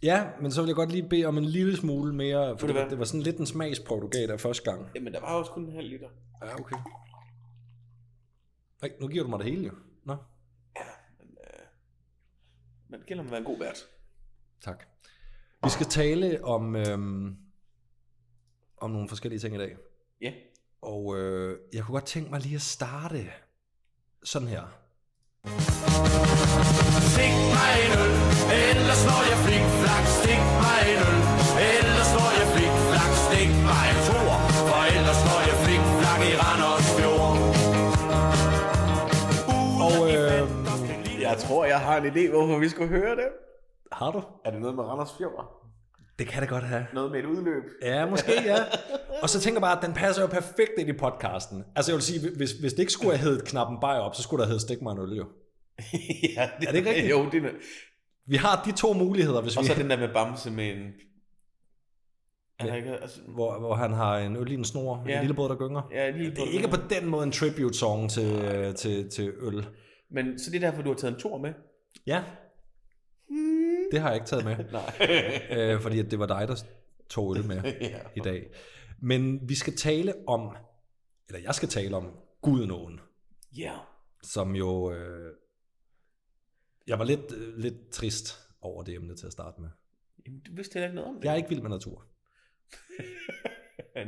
Speaker 1: Ja, men så vil jeg godt lige bede om en lille smule mere,
Speaker 2: du
Speaker 1: for det, var-
Speaker 2: hvad?
Speaker 1: det var sådan lidt en smagsprøve, du gav dig første gang.
Speaker 2: Jamen, der var også kun en halv liter.
Speaker 1: Ja, okay. Ej, nu giver du mig det hele, jo. Nå,
Speaker 2: Men det gælder om at være en god vært.
Speaker 1: tak. Vi skal tale om, øhm, om nogle forskellige ting i dag.
Speaker 2: Ja.
Speaker 1: Og øh, jeg kunne godt tænke mig lige at starte sådan her.
Speaker 3: Stik mig en øl, ellers slår jeg flik flak. Stik mig en øl, ellers slår jeg flik flak. Stik mig en tor, for ellers slår jeg flik flak i Randers Fjord.
Speaker 1: Og øh,
Speaker 2: Jeg tror, jeg har en idé, hvorfor vi skulle høre det.
Speaker 1: har du?
Speaker 2: Er det noget med Randers Fjord?
Speaker 1: Det kan det godt have.
Speaker 2: Noget med et udløb? <laughs>
Speaker 1: Ja, måske ja. <laughs> Og så tænker jeg bare, at den passer jo perfekt ind i podcasten. Altså jeg vil sige, hvis, hvis det ikke skulle have heddet knappen bare op, så skulle der have heddet stik mig en øl, jo.
Speaker 2: ja, det,
Speaker 1: Er det ikke rigtigt?
Speaker 2: <laughs> Jo, det er noget.
Speaker 1: Vi har de to muligheder, hvis
Speaker 2: Og
Speaker 1: vi, <laughs>
Speaker 2: så den der med Bamse med en... Er der ikke... Altså,
Speaker 1: hvor, hvor han har en øl i en snor, ja.
Speaker 2: Ja.
Speaker 1: en lille båd, der gynger.
Speaker 2: ja, lige
Speaker 1: Det er ikke på den måde en tribute song til, øh, til, til øl.
Speaker 2: Men så det er derfor, du har taget en tor med?
Speaker 1: Ja, det har jeg ikke taget med,
Speaker 2: Nej.
Speaker 1: øh, fordi at det var dig, der tog øl <laughs> med
Speaker 2: <laughs> ja.
Speaker 1: i dag. Men vi skal tale om, eller jeg skal tale om Gudenåen,
Speaker 2: Ja.
Speaker 1: som jo, øh, jeg var lidt, øh, lidt trist over det emne til at starte med.
Speaker 2: Jamen, du vidste heller ikke noget om det.
Speaker 1: Jeg er ikke vild med natur.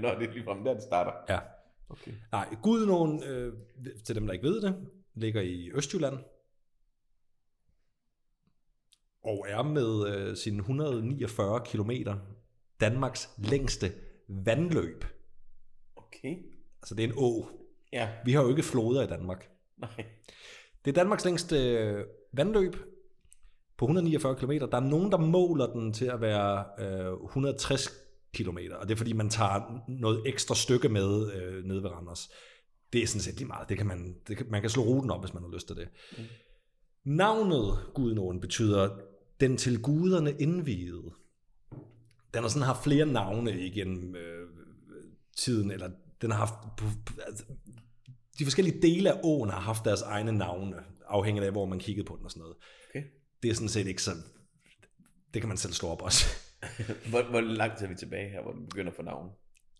Speaker 2: Nå, det er ligefrem der, det starter.
Speaker 1: Ja.
Speaker 2: Okay.
Speaker 1: Nej, Gudenåen, øh, til dem der ikke ved det, ligger i Østjylland. Og er med øh, sine 149 km Danmarks længste vandløb.
Speaker 2: Okay.
Speaker 1: Altså det er en å.
Speaker 2: Ja.
Speaker 1: Vi har jo ikke floder i Danmark.
Speaker 2: Nej.
Speaker 1: Det er Danmarks længste øh, vandløb på 149 km. Der er nogen, der måler den til at være øh, 160 km, og det er fordi, man tager noget ekstra stykke med øh, nede ved Randers. Det er sådan set lige meget. Det kan man, det kan, man kan slå ruten op, hvis man har lyst til det. Mm. Navnet Gudenåen betyder den til guderne indviede. Den har sådan haft flere navne igennem øh, tiden, eller den har haft... altså, De forskellige dele af åen har haft deres egne navne, afhængigt af, hvor man kiggede på den og sådan noget.
Speaker 2: Okay.
Speaker 1: Det er sådan set ikke så... Det kan man selv slå op også. <laughs>
Speaker 2: Hvor, hvor langt er vi tilbage her, hvor du begynder at få navn?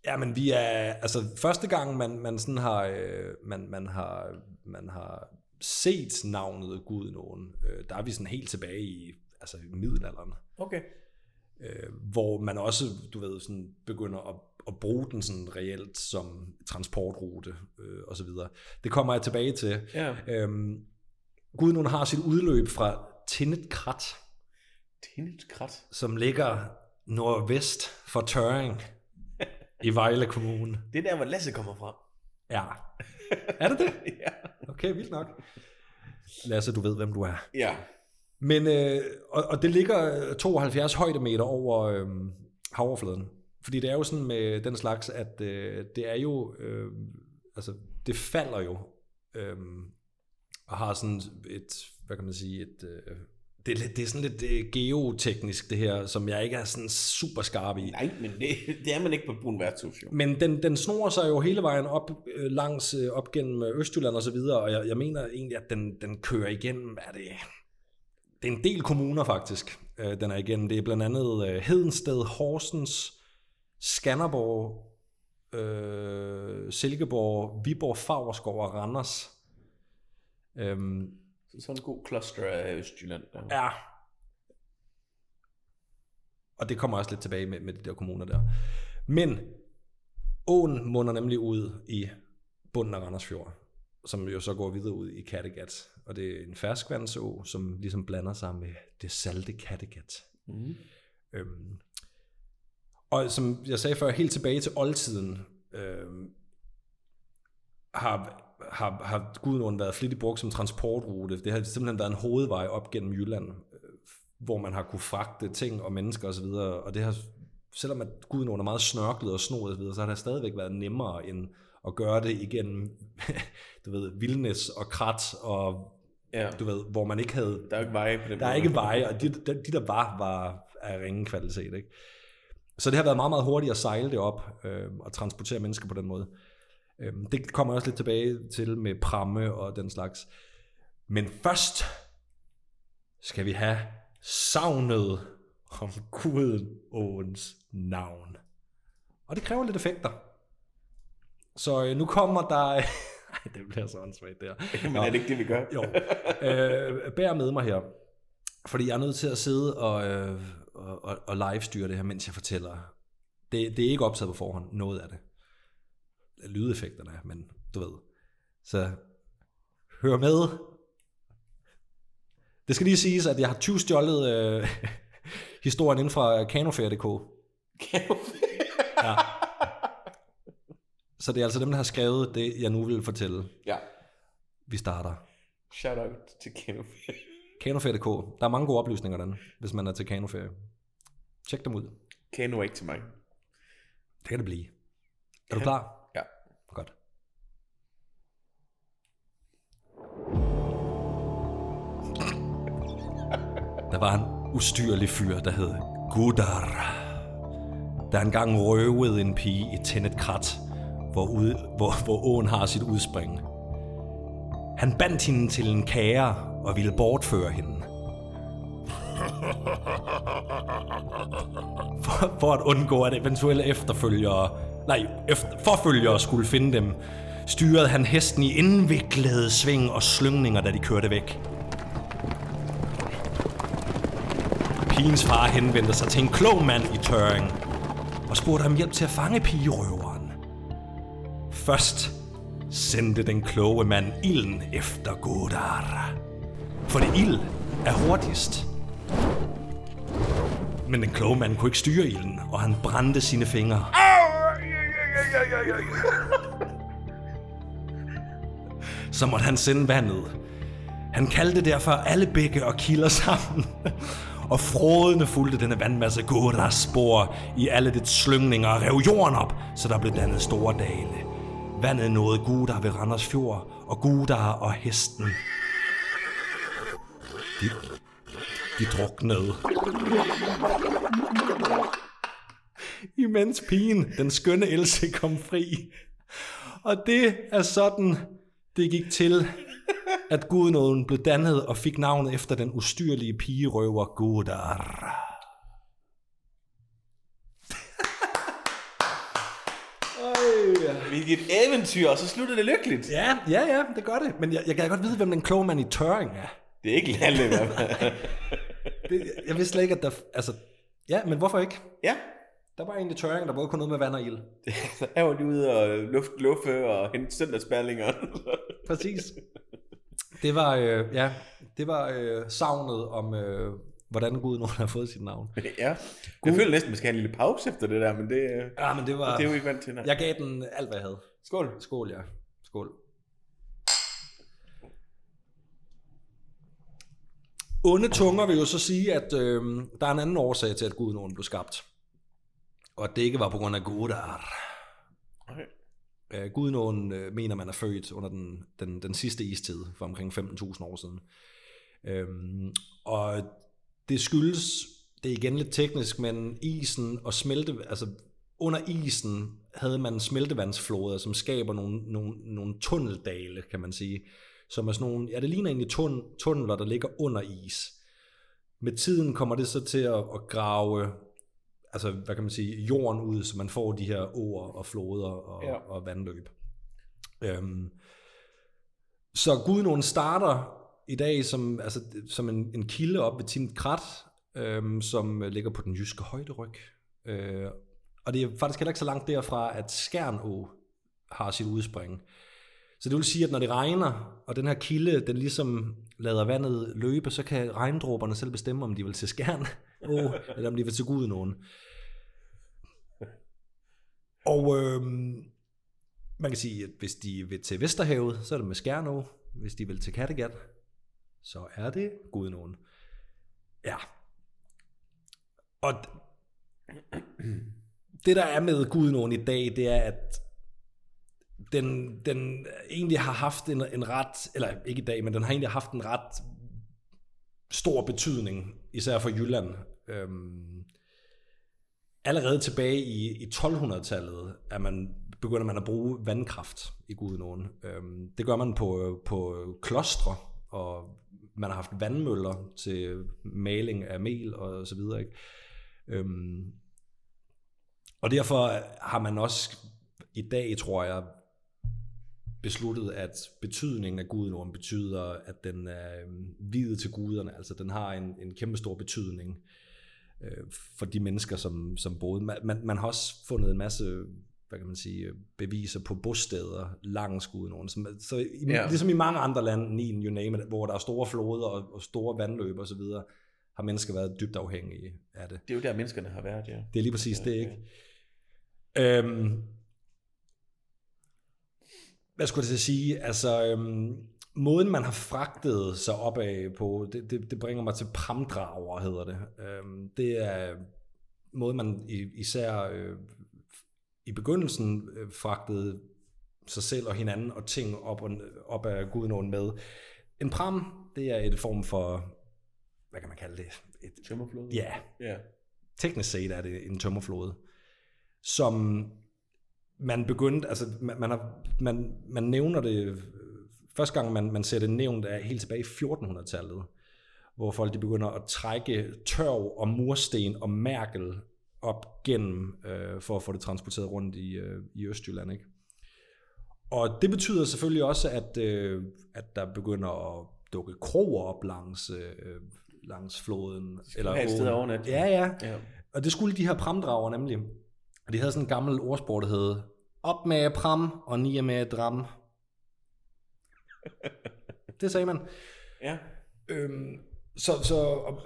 Speaker 1: Ja, men vi er... Altså, første gang, man, man sådan har... Øh, man, man har... Man har set navnet Gudenåen, øh, der er vi sådan helt tilbage i altså i middelalderen.
Speaker 2: Okay.
Speaker 1: øh, hvor man også, du ved, sådan begynder at, at bruge den sådan reelt som transportrute øh, og så videre. Det kommer jeg tilbage til.
Speaker 2: Ja.
Speaker 1: Øhm, Gudnund har sit udløb fra Tinnet Krat,
Speaker 2: Tinnet krat.
Speaker 1: som ligger nordvest for Tøring i Vejle Kommune.
Speaker 2: Det er der, hvor Lasse kommer fra. <laughs>
Speaker 1: Ja. Er det det?
Speaker 2: Ja.
Speaker 1: Okay, vildt nok. Lasse, du ved, hvem du er.
Speaker 2: Ja.
Speaker 1: Men, øh, og, og det ligger 72 højdemeter over øh, havoverfladen. Fordi det er jo sådan med den slags, at øh, det er jo, øh, altså det falder jo, øh, og har sådan et, hvad kan man sige, et, øh, det, er lidt- det er sådan lidt øh, geoteknisk det her, som jeg ikke er sådan super skarp i.
Speaker 2: Nej, men det, det er man ikke på et brun værtshus, jo.
Speaker 1: Men den, den snor sig jo hele vejen op øh, langs øh, op gennem øh, Østjylland og så videre, og jeg, jeg mener egentlig, at den, den kører igennem, er det, det er en del kommuner faktisk, øh, den er igennem. Det er blandt andet øh, Hedensted, Horsens, Skanderborg, øh, Silkeborg, Viborg, Fagerskov og Randers. Øhm,
Speaker 2: Så sådan en god cluster af Østjylland. Der.
Speaker 1: Ja. Og det kommer også lidt tilbage med, med de der kommuner der. Men åen munder nemlig ud i bunden af Randers Fjord, som jo så går videre ud i Kattegat. Og det er en ferskvandså, som ligesom blander sig med det salte Kattegat.
Speaker 2: Mm.
Speaker 1: Øhm. Og som jeg sagde før, helt tilbage til oldtiden, øhm, har, har, har Gudenåen været flittigt brugt som transportrute. Det har simpelthen været en hovedvej op gennem Jylland, øh, hvor man har kunne fragte ting og mennesker osv. Og det har, selvom at Gudenåen er meget snørklet og snoet osv., så har det stadigvæk været nemmere end at gøre det igennem, <laughs> du ved, vildnes og krat, og
Speaker 2: Ja.
Speaker 1: du ved, hvor man ikke havde
Speaker 2: Der er jo ikke veje på den
Speaker 1: der er
Speaker 2: måde.
Speaker 1: ikke veje, og de, de, de der var, var af ringe kvalitet. Ikke? Så det har været meget, meget hurtigt at sejle det op øh, og transportere mennesker på den måde. Øh, det kommer jeg også lidt tilbage til med pramme og den slags. Men først skal vi have savnet om guden Åens navn. Og det kræver lidt effekter. Så øh, nu kommer der... <laughs> Ej, det bliver så åndssvagt der.
Speaker 2: Men er det ikke det, vi gør?
Speaker 1: Jo. Øh, bær med mig her. Fordi jeg er nødt til at sidde og, øh, og, og, og livestyre det her, mens jeg fortæller. Det, det er ikke optaget på forhånd, noget af det. Lydeffekterne, er, men du ved. Så hør med. Det skal lige siges, at jeg har tyvstjålet øh, <laughs> historien inden fra kanofair.dk. Ja. Så det er altså dem, der har skrevet det, jeg nu vil fortælle.
Speaker 2: ja.
Speaker 1: Vi starter.
Speaker 2: Shout out til <laughs> Kenneth.
Speaker 1: Kanoferie.dk. Der er mange gode oplysninger derinde, hvis man er til kanoferie. Tjek dem ud.
Speaker 2: Kano er ikke til mig.
Speaker 1: Det kan det blive. Er du klar?
Speaker 2: Ja.
Speaker 1: Godt. Der var en ustyrlig fyr, der hed Gudar, der engang røvede en pige i Tennet Krat, hvor, ude, hvor, hvor åen har sit udspring. Han bandt hende til en kære og ville bortføre hende. for, <laughs> for at undgå, at eventuelle efterfølgere, nej, efter, forfølgere skulle finde dem, styrede han hesten i indviklede sving og slyngninger, da de kørte væk. Pigens far henvendte sig til en klog mand i Tøring og spurgte om hjælp til at fange pigerøveren. Først sendte den kloge mand ilden efter Godar. For det ild er hurtigst, men den kloge mand kunne ikke styre ilden, og han brændte sine fingre. Så måtte han sende vandet. Han kaldte derfor alle bække og kilder sammen, og frådende fulgte denne vandmasse Gurdas spor i alle dets slyngninger og rev jorden op, så der blev dannet store dale. Vandet nåede Gudar ved Randers Fjord, og Gudar og hesten. De, de druknede. imens pigen, den skønne Else, kom fri. Og det er sådan, det gik til, at gudnåden blev dannet og fik navnet efter den ustyrlige pigerøver Godar.
Speaker 2: Hvilket eventyr, og så slutter det lykkeligt. Ja.
Speaker 1: Ja, ja, ja, det gør det. Men jeg, jeg kan godt vide, hvem den kloge mand i Tøring er.
Speaker 2: Det er ikke Lalle, i hvert fald.
Speaker 1: Det, jeg vidste slet ikke, at der... Altså, ja, men hvorfor ikke?
Speaker 2: <laughs> Ja.
Speaker 1: Der var egentlig Tøring, der både kunne noget med vand og ild.
Speaker 2: Så er hun ude og luft luffe og hente søndagsballinger.
Speaker 1: Præcis. Det var, øh, ja, det var øh, savnet om, øh, hvordan gudnåden <laughs> har fået sit navn.
Speaker 2: ja. Jeg føler næsten, man skal have en lille pause efter det der, men det, øh,
Speaker 1: Ja, Ah, men det var...
Speaker 2: det er jo ikke vant til. Nej.
Speaker 1: Jeg gav den alt, hvad jeg havde.
Speaker 2: Skål.
Speaker 1: Skål, ja. Skål. øhm, Onde tunger vil jo så sige, at øh, der er en anden årsag til, at Gudenåen blev skabt. Og det ikke var på grund af Godard.
Speaker 2: Okay.
Speaker 1: Øh, Gudenåen øh, mener man er født under den, den, den sidste istid, for omkring 15.000 år siden. Øhm, og det skyldes, det er igen lidt teknisk, men isen og smelte, altså under isen havde man smeltevandsfloder, som skaber nogle, nogle, nogle tunneldale, kan man sige, som er sådan nogle, ja det ligner egentlig tun, tunneler, der ligger under is. Med tiden kommer det så til at, at grave altså, hvad kan man sige, jorden ud, så man får de her åer og floder og,
Speaker 2: Ja.
Speaker 1: ja. og vandløb. Øhm, så Gudenåen starter i dag som, altså, som en, en kilde op ved Tint Krat, øhm, som ligger på den jyske højderyg. Øh, og det er faktisk heller ikke så langt derfra, at Skjernå har sit udspring. Så det vil sige, at når det regner, og den her kilde, den ligesom lader vandet løbe, så kan regndråberne selv bestemme, om de vil til Skjern, Å, eller om de vil til Gudenåen. Og øhm, man kan sige, at hvis de vil til Vesterhavet, så er det med Skjernå. Hvis de vil til Kattegat, så er det Gudenåen. Ja. Og det, der er med Gudenåen i dag, det er, at den, den egentlig har haft en, en ret, eller ikke i dag, men den har egentlig haft en ret stor betydning, især for Jylland. Øhm, allerede tilbage i, i 1200-tallet er man, begynder man at bruge vandkraft i Gudenåen. Øhm, det gør man på, på klostre, og man har haft vandmøller til maling af mel og så videre. Ikke? Øhm, og derfor har man også i dag, tror jeg, besluttet, at betydningen af gudenorden betyder, at den er øhm, videt til guderne, altså den har en, en kæmpe stor betydning øh, for de mennesker, som, som boede. Man, man, man har også fundet en masse hvad kan man sige, øh, beviser på bosteder langs gudenorden. Så, så i,
Speaker 2: Ja.
Speaker 1: ja. ligesom i mange andre lande, Nilen, you name it, hvor der er store floder og, og store vandløb osv., har mennesker været dybt afhængige af det.
Speaker 2: Det er jo der, menneskerne har været, ja.
Speaker 1: Det er lige præcis det, ikke? Øhm, hvad skulle jeg til at sige? Altså, øhm, måden man har fragtet sig opad på, det, det, det bringer mig til pramdrager, hedder det. Øhm, det er måden, man i, især øh, i begyndelsen øh, fragtede sig selv og hinanden og ting op, og, op ad gudenåen med. En pram, det er et form for, hvad kan man kalde det? Et,
Speaker 2: Tømmerflod?
Speaker 1: ja,
Speaker 2: Ja.
Speaker 1: teknisk set er det en tømmerflåde, som man begyndte, altså man, man, har, man, man nævner det, øh, første gang man, man ser det nævnt er helt tilbage i 1400-tallet, hvor folk de begynder at trække tørv og mursten og mærkel op gennem, øh, for at få det transporteret rundt i, øh, i Østjylland, ikke? Og det betyder selvfølgelig også, at, øh, at der begynder at dukke kroger op langs, øh, langs floden. Eller
Speaker 2: have et sted
Speaker 1: åen.
Speaker 2: at overnatte.
Speaker 1: Ja, ja.
Speaker 2: ja.
Speaker 1: Og det skulle de her pramdrager nemlig. Og de havde sådan en gammel ordsprog, der hed, op med pram og nier
Speaker 2: <laughs>
Speaker 1: med dram. Det sagde man.
Speaker 2: Ja.
Speaker 1: Øhm, så, så og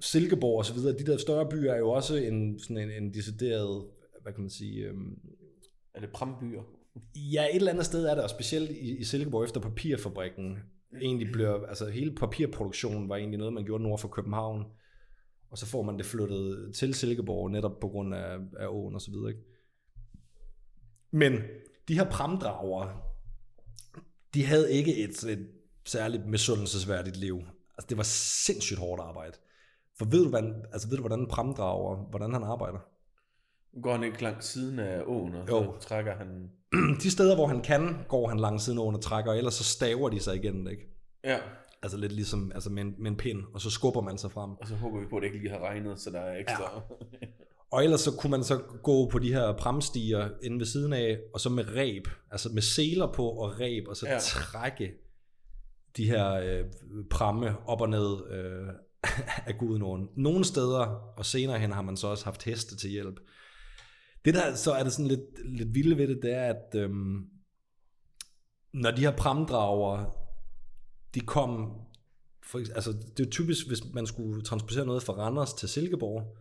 Speaker 1: Silkeborg og så videre, de der større byer er jo også en, sådan en, en decideret, hvad kan man sige, øhm,
Speaker 2: Er det prambyer?
Speaker 1: Ja, et eller andet sted er der, og specielt i, i Silkeborg efter papirfabrikken, egentlig bliver, altså hele papirproduktionen var egentlig noget, man gjorde nord for København, og så får man det flyttet til Silkeborg, netop på grund af, af åen og så videre. Ikke? Men de her pramdrager, de havde ikke et, et særligt misundelsesværdigt liv. Altså, det var sindssygt hårdt arbejde. For ved du, hvad, en- altså, ved du hvordan en pramdrager, hvordan han arbejder?
Speaker 2: Går han ikke langt siden af åen, og
Speaker 1: Jo.
Speaker 2: så trækker han...
Speaker 1: De steder, hvor han kan, går han langs siden af åen og trækker, og ellers så staver de sig igennem det, ikke?
Speaker 2: Ja.
Speaker 1: Altså lidt ligesom altså med, en, med en pind, og så skubber man sig frem.
Speaker 2: Og så håber vi på, at det ikke lige har regnet, så der er ekstra... Ja.
Speaker 1: Og ellers så kunne man så gå på de her pramstiger inde ved siden af, og så med ræb, altså med seler på og ræb, og så
Speaker 2: Ja.
Speaker 1: ja. trække de her øh, pramme op og ned øh, <laughs> af gudenåen. Nogle steder, og senere hen har man så også haft heste til hjælp. Det der så er det sådan lidt, lidt vilde ved det, det er, at øhm, når de her pramdrager, de kom, for, eks- altså det er typisk, hvis man skulle transportere noget fra Randers til Silkeborg,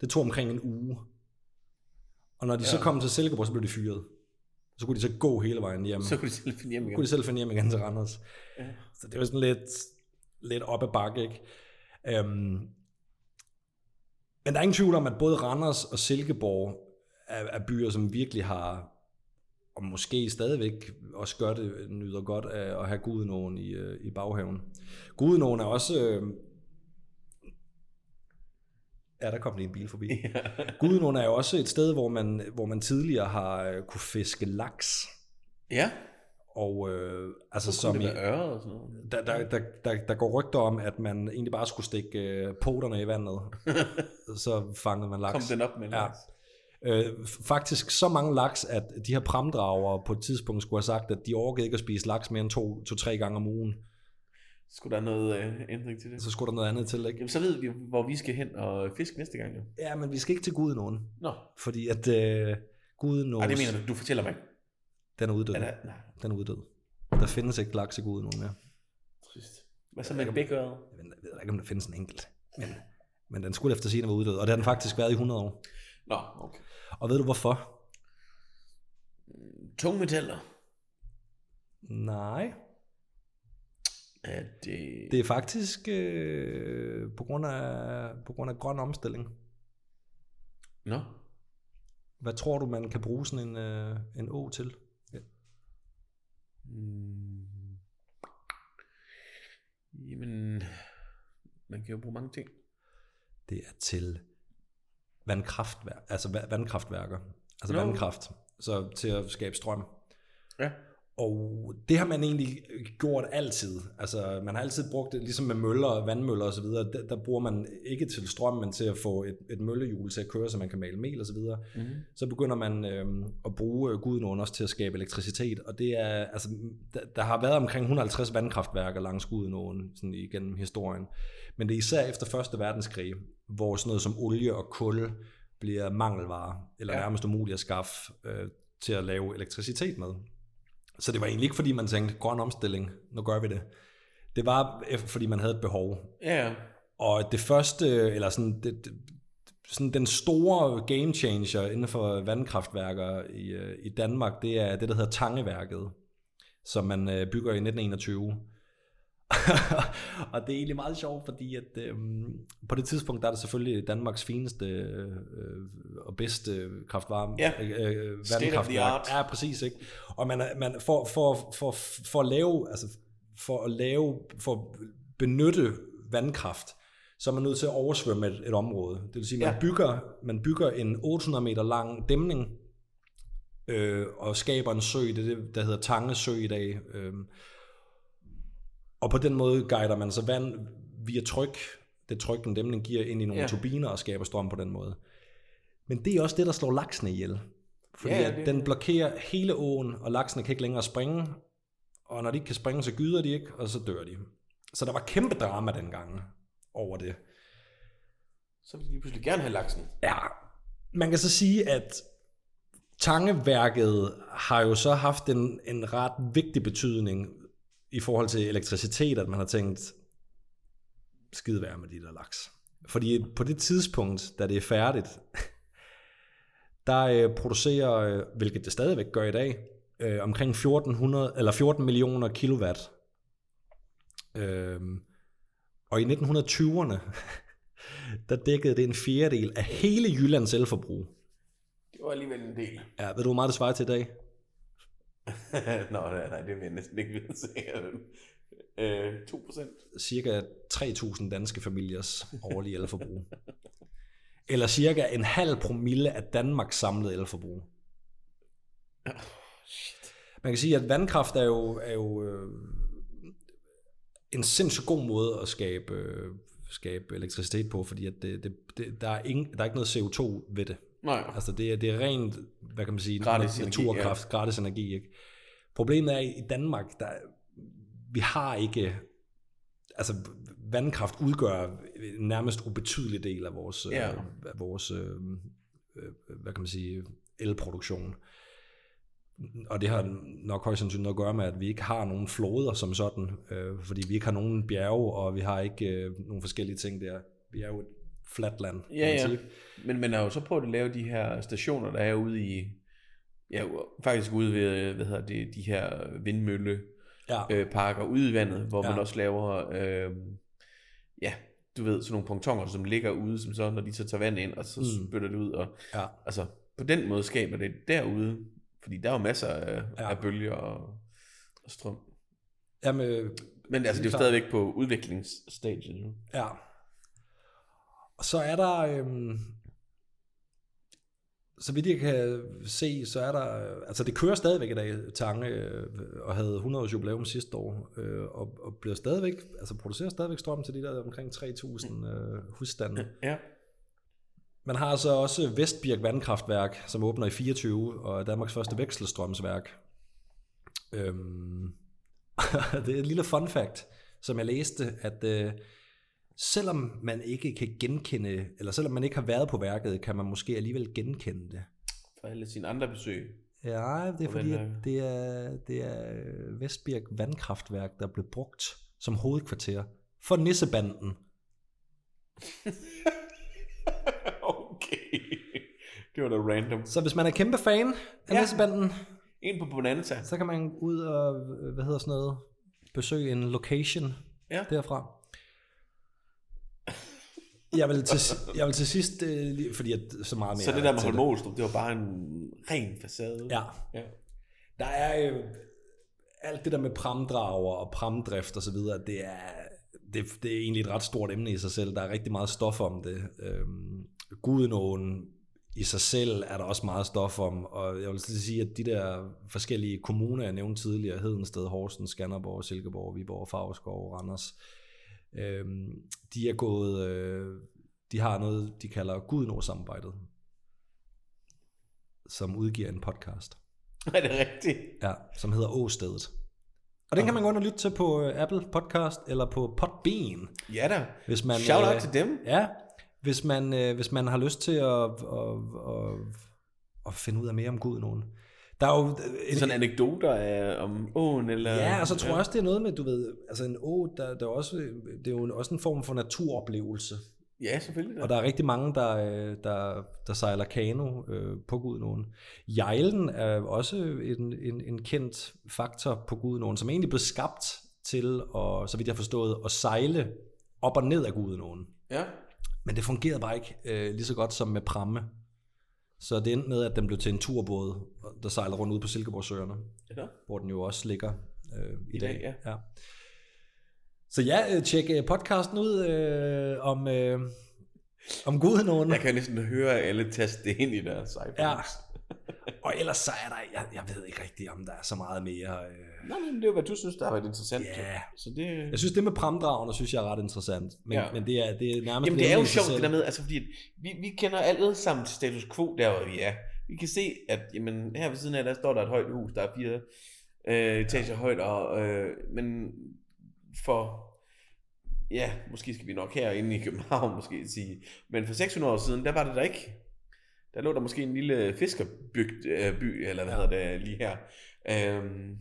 Speaker 1: det tog omkring en uge. Og når de ja. så
Speaker 2: Ja.
Speaker 1: kom til Silkeborg, så blev de fyret. Så kunne de så gå hele vejen hjem.
Speaker 2: Så kunne de selv finde hjem
Speaker 1: kunne
Speaker 2: igen.
Speaker 1: de selv finde hjem igen til Randers.
Speaker 2: Ja.
Speaker 1: Ja. Så det var sådan lidt, lidt op ad bakke, ikke? Øhm, Men der er ingen tvivl om, at både Randers og Silkeborg er, er byer, som virkelig har, og måske stadigvæk også gør det, nyder godt af at have Gudenåen i, øh, i baghaven. Gudenåen er også... Øh, Ja, der kom lige en bil forbi. Ja. Gudenåen er jo også et sted, hvor man, hvor man tidligere har øh, kunne fiske laks.
Speaker 2: Ja,
Speaker 1: Og øh, altså
Speaker 2: som
Speaker 1: som
Speaker 2: det
Speaker 1: i,
Speaker 2: er øret og sådan noget.
Speaker 1: der, der, der, der, der går rygter om, at man egentlig bare skulle stikke øh, poterne i
Speaker 2: <laughs>
Speaker 1: vandet. så fangede man
Speaker 2: Kom
Speaker 1: laks.
Speaker 2: den op med
Speaker 1: Ja.
Speaker 2: laks.
Speaker 1: Øh, f- faktisk så mange laks, at de her pramdrager på et tidspunkt skulle have sagt, at de orkede ikke at spise laks mere end to- to-tre to, gange om ugen.
Speaker 2: Skulle der noget øh, ændring til det?
Speaker 1: Så skulle der noget andet til, ikke?
Speaker 2: Jamen, så ved vi, hvor vi skal hen og fiske næste gang, jo.
Speaker 1: Ja, men vi skal ikke til Gudenåen,
Speaker 2: Nå.
Speaker 1: fordi at øh, Gudenåen,
Speaker 2: Ej, det mener du. Du fortæller mig. ikke.
Speaker 1: den er uddød.
Speaker 2: Er der- Nej,
Speaker 1: Den er uddød. Der findes ikke laks i Gudenåen mere.
Speaker 2: trist. Hvad så med bækøret?
Speaker 1: Jeg ved- jeg ved ikke, om der findes en enkelt, men, men den skulle efter sigende være uddød, og det har den faktisk været i 100 år.
Speaker 2: Nå, okay.
Speaker 1: Og ved du hvorfor?
Speaker 2: Tungmetaller.
Speaker 1: Nej.
Speaker 2: Er det...
Speaker 1: Det er faktisk øh, på, grund af, på grund af grøn omstilling.
Speaker 2: Nå.
Speaker 1: Hvad tror du, man kan bruge sådan en, øh, en å til?
Speaker 2: Mm. Jamen, man kan jo bruge mange ting.
Speaker 1: Det er til vandkraftværk, altså va- vandkraftværker, altså
Speaker 2: Nå.
Speaker 1: no. vandkraft, så til at skabe strøm.
Speaker 2: Ja.
Speaker 1: Og det har man egentlig gjort altid. Altså, man har altid brugt det, ligesom med møller, vandmøller osv., der, der bruger man ikke til strøm, men til at få et, et møllehjul til at køre, så man kan male mel osv.
Speaker 2: Mm.
Speaker 1: så begynder man øh, at bruge øh, Gudenåen også til at skabe elektricitet, og det er, altså, der, der har været omkring 150 vandkraftværker langs Gudenåen sådan igennem historien, men det er især efter Første Verdenskrig, hvor sådan noget som olie og kul bliver mangelvare, eller
Speaker 2: Ja.
Speaker 1: ja. nærmest umuligt at skaffe øh, til at lave elektricitet med. Så det var egentlig ikke, fordi man tænkte, grøn omstilling, nu gør vi det. Det var, øh, fordi man havde et behov,
Speaker 2: Ja, ja.
Speaker 1: og det første, eller sådan, det, det- sådan den store game changer inden for vandkraftværker i, øh, i Danmark, det er det, der hedder Tangeværket, som man øh, bygger i 1921. <laughs> og det er egentlig meget sjovt, fordi at øhm, på det tidspunkt, der er det selvfølgelig Danmarks fineste øh, og bedste kraftvarme,
Speaker 2: Ja.
Speaker 1: øh, øh,
Speaker 2: State of the art.
Speaker 1: vandkraftværk. Ja, præcis. Ikke? Og man, er- man for, for, for, for at lave, altså for at lave, for at benytte vandkraft, så er man nødt til at oversvømme et, et område. Det vil sige, man,
Speaker 2: Ja.
Speaker 1: ja. bygger, man bygger en 800 meter lang dæmning, øh, og skaber en sø, det er det, der hedder Tange Sø i dag. Øh, og på den måde guider man så vand via tryk, det tryk, den dæmning giver ind i nogle
Speaker 2: Ja.
Speaker 1: ja. turbiner og skaber strøm på den måde. Men det er også det, der slår laksene ihjel. Fordi
Speaker 2: Ja,
Speaker 1: ja,
Speaker 2: ja,
Speaker 1: ja,
Speaker 2: det-
Speaker 1: den blokerer hele åen, og laksene kan ikke længere springe. Og når de ikke kan springe, så gyder de ikke, og så dør de. Så der var kæmpe drama dengang over det.
Speaker 2: Så vil de pludselig gerne have laksen.
Speaker 1: Ja, man kan så sige, at Tangeværket har jo så haft en, en ret vigtig betydning i forhold til elektricitet, at man har tænkt, skide være med de der laks. Fordi på det tidspunkt, da det er færdigt, <laughs> der øh, producerer, øh, hvilket det stadigvæk gør i dag, øh, omkring 1400, eller 14 millioner kilowatt. Øhm, og i 1920'erne, der dækkede det en fjerdedel af hele Jyllands elforbrug.
Speaker 2: Det var alligevel en del.
Speaker 1: Ja, ved du, hvor meget det svarer til i dag?
Speaker 2: <laughs> Nå, nej, nej, det vil jeg næsten ikke vide. sikkert. Øh, 2 procent.
Speaker 1: Cirka 3.000 danske familiers årlige elforbrug. Eller cirka en halv promille af Danmarks samlede elforbrug. Man kan sige, at vandkraft er jo, er jo øh, en sindssygt god måde at skabe, øh, skabe elektricitet på, fordi at det, det, det, der, er ingen, der er ikke noget CO2 ved det.
Speaker 2: Nej.
Speaker 1: Altså det er, det er rent, hvad kan man sige,
Speaker 2: Gratis
Speaker 1: gratis
Speaker 2: energi,
Speaker 1: naturkraft, energi, ja. gratis energi. Ikke? Problemet er, at i Danmark, der, vi har ikke, altså vandkraft udgør en nærmest ubetydelig del af vores,
Speaker 2: Ja.
Speaker 1: ja. øh, af vores øh, øh, hvad kan man sige, elproduktion. Og det har nok højst sandsynligt noget at gøre med, at vi ikke har nogen floder som sådan, øh, fordi vi ikke har nogen bjerge, og vi har ikke øh, nogen forskellige ting der. Vi er jo et fladt land, kan
Speaker 2: Ja,
Speaker 1: man
Speaker 2: ja.
Speaker 1: sige.
Speaker 2: Men man har jo så prøvet at lave de her stationer, der er ude i... Ja, faktisk ude ved, øh, hvad hedder det, de her vindmølleparker
Speaker 1: Ja.
Speaker 2: øh, parker ude i vandet, hvor ja. man
Speaker 1: Ja.
Speaker 2: også laver... Øh, ja, du ved, sådan nogle pontonger, som ligger ude, som så, når de så tager vand ind, og så mm.
Speaker 1: Mm.
Speaker 2: spytter det ud. Og,
Speaker 1: Ja.
Speaker 2: altså, på den måde skaber det derude, fordi der er jo masser af, ja.
Speaker 1: Ja.
Speaker 2: af bølger og, og strøm.
Speaker 1: Jamen, øh,
Speaker 2: Men altså, det er jo
Speaker 1: Klart.
Speaker 2: stadigvæk på udviklingsstadiet nu.
Speaker 1: ja. Og så er der, øhm, så vidt jeg kan se, så er der, øh, altså det kører stadigvæk i dag, Tange, øh, og havde 100 års jubilæum sidste år, øh, og, og bliver stadigvæk, altså producerer stadigvæk strøm til de der omkring 3.000 øh, husstande.
Speaker 2: Ja.
Speaker 1: Man har så også Vestbirk Vandkraftværk, som åbner i 24 og er Danmarks første vekselstrømsværk. Øhm, <laughs> det er et lille fun fact, som jeg læste, at øh, selvom man ikke kan genkende, eller selvom man ikke har været på værket, kan man måske alligevel genkende det.
Speaker 2: For alle sine andre besøg.
Speaker 1: Ja, det er fordi, at
Speaker 2: vandværket.
Speaker 1: det er, det er øh, Vestbirk Vandkraftværk, der blev brugt som hovedkvarter for Nissebanden.
Speaker 2: okay. Det var da random.
Speaker 1: Så hvis man er kæmpe fan af
Speaker 2: Ja.
Speaker 1: ja. Nissebanden,
Speaker 2: En på Bonanza.
Speaker 1: Så kan man ud og, øh, hvad hedder sådan noget, besøge en location
Speaker 2: Ja.
Speaker 1: derfra. Jeg vil til, jeg vil til sidst, øh, lige- fordi at så meget mere...
Speaker 2: Så det der med
Speaker 1: til
Speaker 2: Holm Olstrup, det var bare en ren facade.
Speaker 1: Ja.
Speaker 2: ja. <laughs>
Speaker 1: Der er øh, alt det der med pramdrager og pramdrift og så videre, det er, det, det er egentlig et ret stort emne i sig selv. Der er rigtig meget stof om det. Øhm, Gudenåen i sig selv er der også meget stof om, og jeg vil så sige, at de der forskellige kommuner, jeg nævnte tidligere, Hedensted, Horsens, Skanderborg, Silkeborg, Viborg, Favreskov, Randers, øhm, de er gået, øh, de har noget, de kalder Gudenå-samarbejdet, som udgiver en podcast.
Speaker 2: Er det rigtigt?
Speaker 1: Ja, som hedder Åstedet. Og den kan man gå ind og lytte til på øh, Apple Podcast eller på Podbean.
Speaker 2: Ja da.
Speaker 1: Hvis man,
Speaker 2: Shout out
Speaker 1: øh,
Speaker 2: til dem.
Speaker 1: Ja, hvis man, øh, hvis man har lyst til at, at, at, at finde ud af mere om Gud nogen. Der er jo... øh, En,
Speaker 2: Sådan anekdoter af, om åen, eller...
Speaker 1: ja, altså- og så tror jeg også, det er noget med, du ved, altså en å, der, der er også, øh, det er jo en- også en form for naturoplevelse.
Speaker 2: Ja, selvfølgelig.
Speaker 1: Og der er rigtig mange, der, øh, der, der sejler kano øh, på Gudenåen. Jejlen er også en, en, en kendt faktor på Gudenåen, som egentlig blev skabt til, at, så vidt jeg har forstået, at sejle op og ned af Gudenåen.
Speaker 2: Ja.
Speaker 1: Men det fungerede bare ikke øh, lige så godt som med pramme. Så det endte med, at den blev til en turbåd, der sejler rundt ude på Silkeborgsøerne,
Speaker 2: Eller?
Speaker 1: hvor den jo også ligger øh, i,
Speaker 2: I dag,
Speaker 1: dag. ja. Ja. Så ja, øh, tjek øh, podcasten ud øh, om, øh, om Gudenåen.
Speaker 2: Jeg kan næsten høre alle taste det ind i deres iPhones.
Speaker 1: Ja.
Speaker 2: <laughs>
Speaker 1: Og ellers så er der, jeg, jeg ved ikke rigtigt, om der er så meget mere. Øh.
Speaker 2: Nå, men det er jo, hvad du synes, der har været interessant.
Speaker 1: Ja.
Speaker 2: Så det...
Speaker 1: Jeg synes, det med pramdragerne, synes jeg er ret interessant. Men,
Speaker 2: Ja.
Speaker 1: ja. men det, er, det er nærmest...
Speaker 2: Jamen det er jo
Speaker 1: i sig
Speaker 2: sjovt
Speaker 1: selv.
Speaker 2: det der med, altså fordi at vi, vi kender alle sammen til status quo der, hvor vi er. Vi kan se, at jamen, her ved siden af, der står der et højt hus, der er fire øh, etager højt, og, øh, men for, ja, måske skal vi nok herinde i København <laughs> måske sige, men for 600 år siden, der var det der ikke. Der lå der måske en lille fiskerbygd, øh, by, eller hvad
Speaker 1: Ja.
Speaker 2: hedder det lige her. Øhm,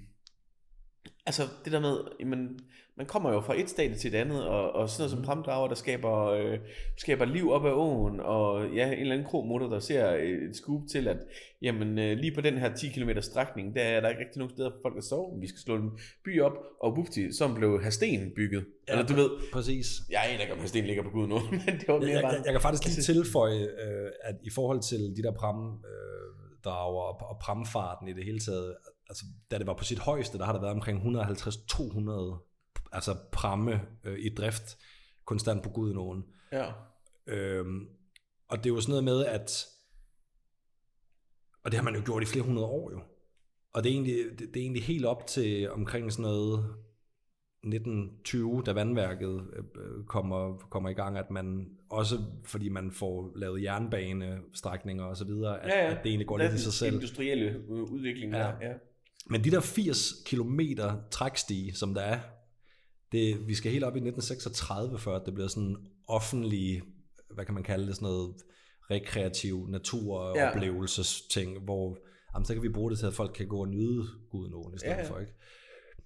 Speaker 2: altså det der med, jamen, man kommer jo fra et stadie til et andet, og, og sådan noget
Speaker 1: Mhm.
Speaker 2: som pramdrager, der skaber, øh, skaber liv op ad åen, og ja, en eller anden kromutter, der ser øh, et skub til, at jamen, øh, lige på den her 10 km strækning, der er der ikke rigtig nogen steder for folk at sove. Vi skal slå en by op, og bupti, som blev Hasten bygget. Ja, eller du ved,
Speaker 1: Præcis.
Speaker 2: jeg aner ikke, om Hasten ligger på Gud nu, <laughs> men det var
Speaker 1: Jeg,
Speaker 2: mere
Speaker 1: jeg,
Speaker 2: bare...
Speaker 1: jeg, jeg kan faktisk lige tilføje, øh, at i forhold til de der pramdrager øh, og, og pramfarten i det hele taget, altså, da det var på sit højeste, der har der været omkring 150-200 altså pramme øh, i drift konstant på Gudenåen.
Speaker 2: Ja.
Speaker 1: Øhm, og det er jo sådan noget med, at... Og det har man jo gjort i flere hundrede år jo. Og det er egentlig, det, det er egentlig helt op til omkring sådan noget 1920, da vandværket øh, øh, kommer, kommer i gang, at man også, fordi man får lavet jernbanestrækninger og så videre, at,
Speaker 2: Ja, ja.
Speaker 1: at det egentlig går
Speaker 2: Der er
Speaker 1: lidt i sig
Speaker 2: den
Speaker 1: selv.
Speaker 2: industrielle øh, udvikling
Speaker 1: Ja.
Speaker 2: der. Ja.
Speaker 1: Men de der 80 km trækstige, som der er, det, vi skal helt op i 1936, før det bliver sådan offentlig, hvad kan man kalde det, sådan noget rekreativ naturoplevelsesting, ja. hvor jamen, så kan vi bruge det til, at folk kan gå og nyde Gudenåen i stedet
Speaker 2: Ja,
Speaker 1: ja,
Speaker 2: ja.
Speaker 1: ja. for, ikke?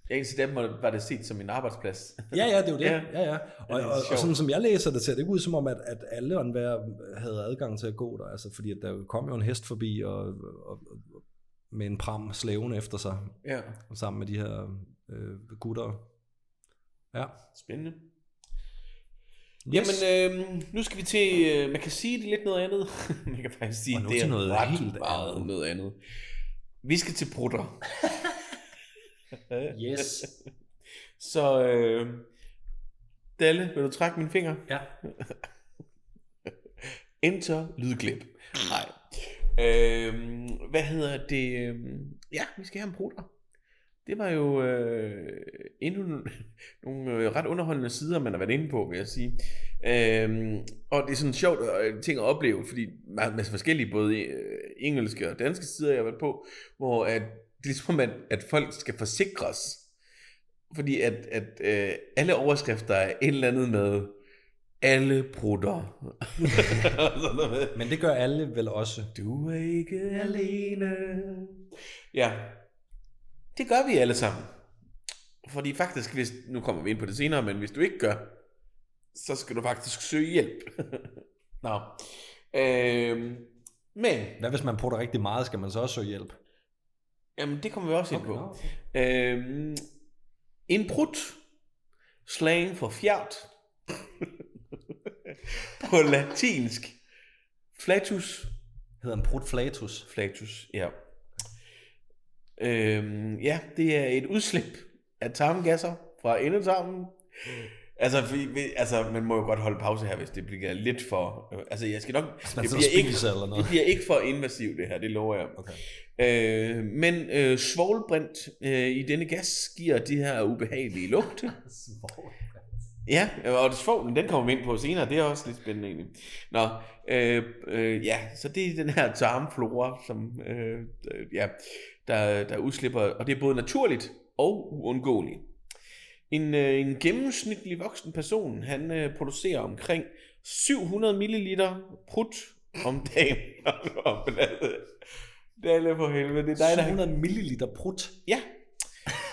Speaker 2: Ja, indtil dem var- var det set som en arbejdsplads. <laughs>
Speaker 1: Ja, ja, det er jo det.
Speaker 2: Ja.
Speaker 1: Ja. Ja, ja. Og,
Speaker 2: det er
Speaker 1: og, og
Speaker 2: sjovt.
Speaker 1: sådan som jeg læser det, ser det ikke ud som om, at, at alle og enhver havde adgang til at gå der, altså, fordi at der jo kom jo en hest forbi og, og, og, med en pram slæven efter sig,
Speaker 2: ja.
Speaker 1: sammen med de her øh, gutter. Ja.
Speaker 2: Spændende. Yes. Jamen, øh, nu skal vi til, øh, man kan sige det er lidt noget andet. <laughs> man kan faktisk sige,
Speaker 1: Og nu
Speaker 2: det er
Speaker 1: til noget
Speaker 2: ret
Speaker 1: helt
Speaker 2: meget
Speaker 1: andet.
Speaker 2: noget andet. Vi skal til brutter.
Speaker 1: Yes.
Speaker 2: Så, øh, Dalle, vil du trække min finger?
Speaker 1: Ja.
Speaker 2: <laughs> Enter lydklip. Nej. Øhm, hvad hedder det? Øhm, Ja, vi skal have en brutter. Det var jo øh, endnu n- <laughs> nogle øh, ret underholdende sider, man har været inde på, vil jeg sige. Øhm, og det er sådan sjovt øh, ting at opleve, fordi man masse forskellige, både øh, engelske og danske sider, jeg har været på, hvor at, <laughs> det er ligesom, at, at folk skal forsikres. Fordi at, at øh, alle overskrifter er et eller andet med alle <laughs> brutter. Og sådan noget med,
Speaker 1: Men det gør alle vel også.
Speaker 2: du er ikke alene. Ja, det gør vi alle sammen. Fordi faktisk, hvis, nu kommer vi ind på det senere, men hvis du ikke gør, så skal du faktisk søge hjælp. <laughs> Nå. Øhm, men,
Speaker 1: Hvad hvis man prutter rigtig meget, skal man så også søge hjælp?
Speaker 2: jamen, det kommer vi også ind på.
Speaker 1: nå, okay.
Speaker 2: Øhm, en prut. Slang for fjert. <laughs> på latinsk. Flatus.
Speaker 1: Hedder en prut flatus.
Speaker 2: Flatus, ja. Øhm, ja, det er et udslip af tarmgasser fra endetarmen. Altså, vi, vi, altså, man må jo godt holde pause her, hvis det bliver lidt for... Øh, altså, jeg skal nok...
Speaker 1: man
Speaker 2: det,
Speaker 1: sidder
Speaker 2: bliver
Speaker 1: og
Speaker 2: ikke,
Speaker 1: spiser eller noget.
Speaker 2: det bliver ikke for invasivt, det her, det lover jeg.
Speaker 1: Okay.
Speaker 2: Øh, men øh, svoglbrint øh, i denne gas giver de her ubehagelige lugte. Ja, øh, og svoglen, den kommer vi ind på senere, det er også lidt spændende egentlig. Nå, øh, øh, ja, så det er den her tarmflora, som, øh, øh, ja, der, der udslipper, og det er både naturligt og uundgåeligt. En, øh, en gennemsnitlig voksen person, han øh, producerer omkring 700 ml prut om dagen. <laughs> altså, Det er lidt for helvede, det er dig, der
Speaker 1: 700 milliliter prut.
Speaker 2: Ja.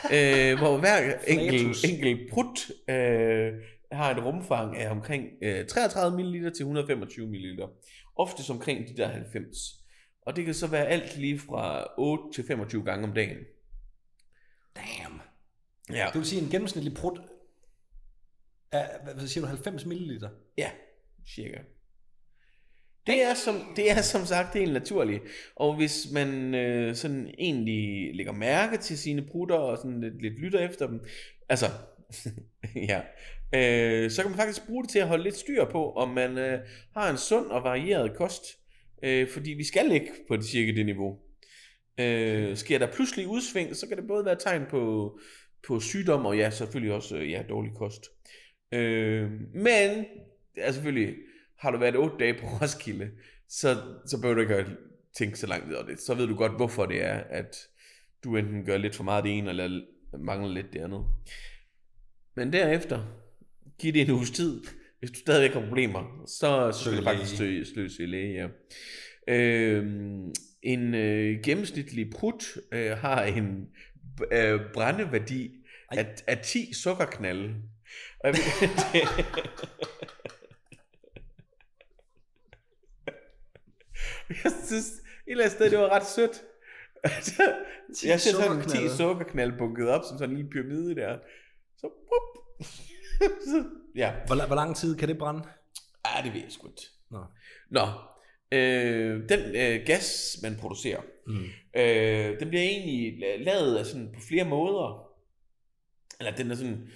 Speaker 2: øh, hvor hver enkelt
Speaker 1: Flatus.
Speaker 2: enkel prut øh, har et rumfang af omkring øh, 33 ml til 125 ml. Oftest omkring de der 90. Og det kan så være alt lige fra 8 til 25 gange om dagen.
Speaker 1: Damn.
Speaker 2: Ja.
Speaker 1: Det vil sige, en gennemsnitlig prut er, hvad- hvad siger du, 90 milliliter?
Speaker 2: Ja, cirka. Det er, som, det er som sagt helt naturligt. Og hvis man øh, sådan egentlig lægger mærke til sine prutter og sådan lidt, lidt lytter efter dem, altså, <laughs> ja, øh, så kan man faktisk bruge det til at holde lidt styr på, om man øh, har en sund og varieret kost. Øh, fordi vi skal ligge på det cirka det niveau. Øh, sker der pludselig udsving, så kan det både være tegn på, på sygdom og ja, selvfølgelig også øh, ja, dårlig kost. Øh, men, ja, selvfølgelig, har du været 8 dage på Roskilde, så, så behøver du ikke at tænke så langt over det. Så ved du godt, hvorfor det er, at du enten gør lidt for meget det ene, eller mangler lidt det andet. Men derefter, giv det en uges tid. Hvis du stadigvæk har problemer, så, så skal
Speaker 1: Søg
Speaker 2: du faktisk søge, søge, søge læge. Ja. Øhm, en øh, gennemsnitlig prut øh, har en øh, brændeværdi
Speaker 1: Ej.
Speaker 2: af, af 10 sukkerknalde. Og jeg ved, det, jeg synes, et eller andet sted, det var ret sødt. Altså,
Speaker 1: Ti
Speaker 2: jeg ser sådan 10
Speaker 1: sukkerknalder.
Speaker 2: sukkerknald bunket op som sådan en lille pyramide der. Så, wup. <laughs> så ja.
Speaker 1: Hvor, la- hvor lang tid kan det brænde?
Speaker 2: Ej, Ah, det ved jeg sgu ikke.
Speaker 1: Nå.
Speaker 2: Nå, øh, den øh, gas, man producerer,
Speaker 1: Mm.
Speaker 2: øh, den bliver egentlig la- lavet af sådan på flere måder. Eller den er sådan,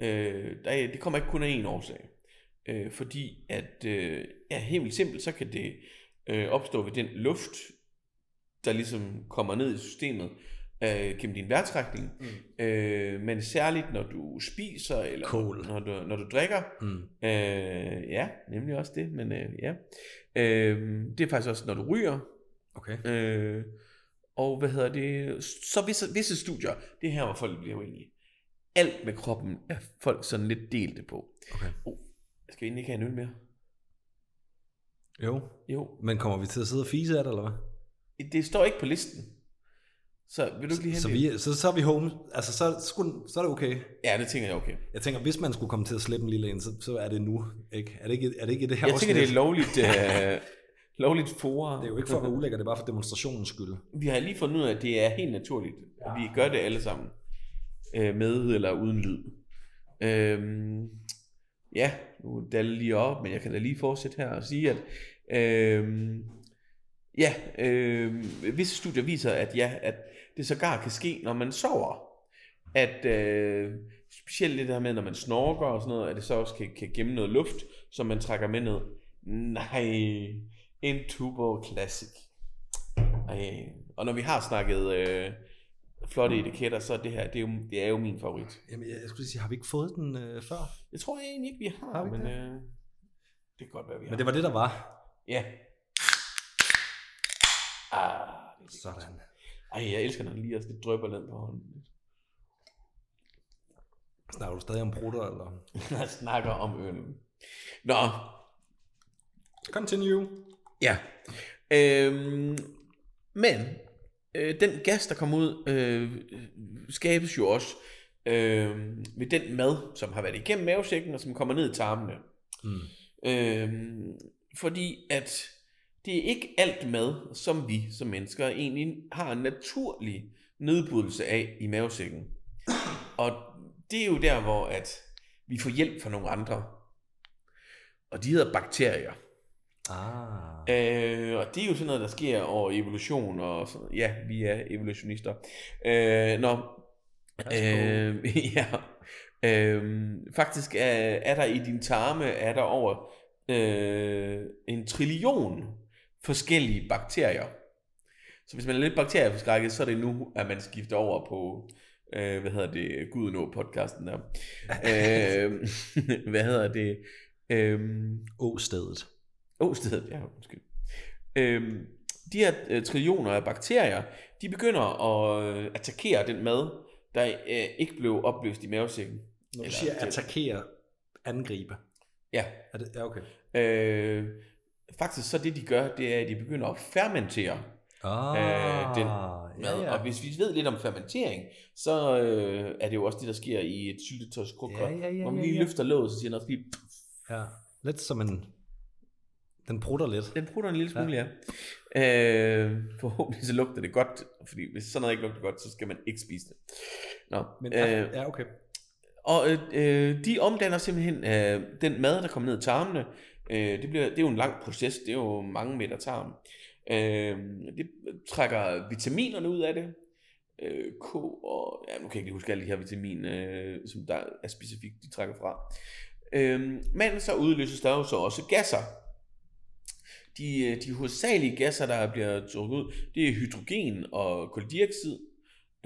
Speaker 2: øh, der, er- det kommer ikke kun af en årsag. Øh, fordi at, øh, ja, helt vildt simpelt, så kan det øh, opstå ved den luft, der ligesom kommer ned i systemet øh, gennem din vejrtrækning. Mm. Øh, men særligt når du spiser, eller
Speaker 1: Kål.
Speaker 2: når du, når du drikker,
Speaker 1: Mm.
Speaker 2: Øh, ja, nemlig også det, men øh, ja. Øh, det er faktisk også, når du ryger.
Speaker 1: Okay.
Speaker 2: Øh, og hvad hedder det? Så visse, visse studier, det er her, hvor folk bliver uenige. Alt med kroppen er folk sådan lidt delte på.
Speaker 1: okay.
Speaker 2: Oh, skal vi egentlig ikke have en øl mere?
Speaker 1: Jo.
Speaker 2: Jo,
Speaker 1: Men kommer vi til at sidde og fise af det, eller hvad?
Speaker 2: det står ikke på listen. Så vil du ikke lige
Speaker 1: Så,
Speaker 2: hente
Speaker 1: vi, så, så er vi home. Altså, så, skulle, så er det okay.
Speaker 2: Ja, det tænker jeg okay.
Speaker 1: Jeg tænker, hvis man skulle komme til at slippe en lille en, så, så er det nu, ikke? Er det ikke, er det, ikke i det her
Speaker 2: Jeg tænker, det er
Speaker 1: afsnit? <laughs>
Speaker 2: lovligt, øh, lovligt forum.
Speaker 1: det er jo ikke for at være ulækker, det er bare for demonstrationens skyld.
Speaker 2: Vi har lige fundet ud af, at det er helt naturligt. Ja. Vi gør det alle sammen. Øh, med eller uden lyd. Øhm, ja, nu er det lige op, men jeg kan da lige fortsætte her og sige, at øh, ja, øh, visse studier viser, at ja, at det sågar kan ske, når man sover. At øh, specielt det der med, når man snorker og sådan noget, at det så også kan, kan gemme noget luft, som man trækker med ned. Nej, en Tuborg Classic. Ej. Og når vi har snakket øh,
Speaker 1: Mm.
Speaker 2: flotte etiketter, så er det her, det er, jo, det er jo min favorit.
Speaker 1: Jamen, jeg, jeg skulle sige, har vi ikke fået den øh, før?
Speaker 2: Jeg tror egentlig ikke, vi har,
Speaker 1: Har vi
Speaker 2: men
Speaker 1: det?
Speaker 2: øh, det kan godt være, vi har.
Speaker 1: Men det var det, der var.
Speaker 2: Ja. Ah, det er
Speaker 1: Sådan.
Speaker 2: Ej, jeg elsker, når den lige også lidt drøber ned på hånden. <laughs>
Speaker 1: Snakker du stadig om brutter, eller?
Speaker 2: Jeg snakker om øl. Nå,
Speaker 1: Continue.
Speaker 2: ja. Øhm, men øh, den gas, der kommer ud, øh, skabes jo også øh, ved den mad, som har været igennem mavesækken, og som kommer ned i tarmene.
Speaker 1: Mm.
Speaker 2: Øhm, fordi at det er ikke alt mad, som vi som mennesker egentlig har en naturlig nedbrydelse af i mavesækken. Og det er jo der, hvor at vi får hjælp fra nogle andre. Og de hedder bakterier.
Speaker 1: Ah.
Speaker 2: Øh, og det er jo sådan noget, der sker over evolution og sådan Ja, vi er evolutionister. Øh, nå. Øh, <laughs> ja. Øh, faktisk er, er der i din tarme, er der over øh, en trillion forskellige bakterier. Så hvis man er lidt bakterieforskrækket, så er det nu, at man skifter over på, øh, hvad hedder det, Gud nå podcasten der. øh, <laughs> hvad hedder det? Øh,
Speaker 1: Åstedet.
Speaker 2: Åstedet, ja, undskyld. Øhm, de her øh, trillioner af bakterier, de begynder at øh, attackere den mad, der øh, ikke blev opløst i mavesækken.
Speaker 1: Når du
Speaker 2: Eller-
Speaker 1: siger attackere, angribe.
Speaker 2: Ja.
Speaker 1: Er det, ja, okay.
Speaker 2: Øh, faktisk så det, de gør, det er, at de begynder at fermentere
Speaker 1: Ah,
Speaker 2: øh, den
Speaker 1: ja,
Speaker 2: mad.
Speaker 1: ja.
Speaker 2: Og hvis vi ved lidt om fermentering, så øh, er det jo også det, der sker i et syltetøjskrukker.
Speaker 1: Ja, ja, ja,
Speaker 2: Når man
Speaker 1: ja,
Speaker 2: lige
Speaker 1: ja.
Speaker 2: løfter låget, så siger den også lige,
Speaker 1: ja. Lidt som en... Den prutter lidt.
Speaker 2: Den prutter en lille smule, ja. ja. Øh, forhåbentlig så lugter det godt, fordi hvis sådan noget ikke lugter godt, så skal man ikke spise det. Nå,
Speaker 1: Men,
Speaker 2: Men, øh,
Speaker 1: ja, okay.
Speaker 2: og øh, øh, de omdanner simpelthen øh, den mad, der kommer ned i tarmene. Øh, det, bliver, det er jo en lang proces, det er jo mange meter tarm. Øh, det trækker vitaminerne ud af det. Øh, K og... Ja, nu kan jeg ikke lige huske alle de her vitaminer, øh, som der er specifikt, de trækker fra. Øh, men så udløses der jo så også gasser. De, øh, de hovedsagelige gasser, der bliver trukket ud, det er hydrogen og koldioxid,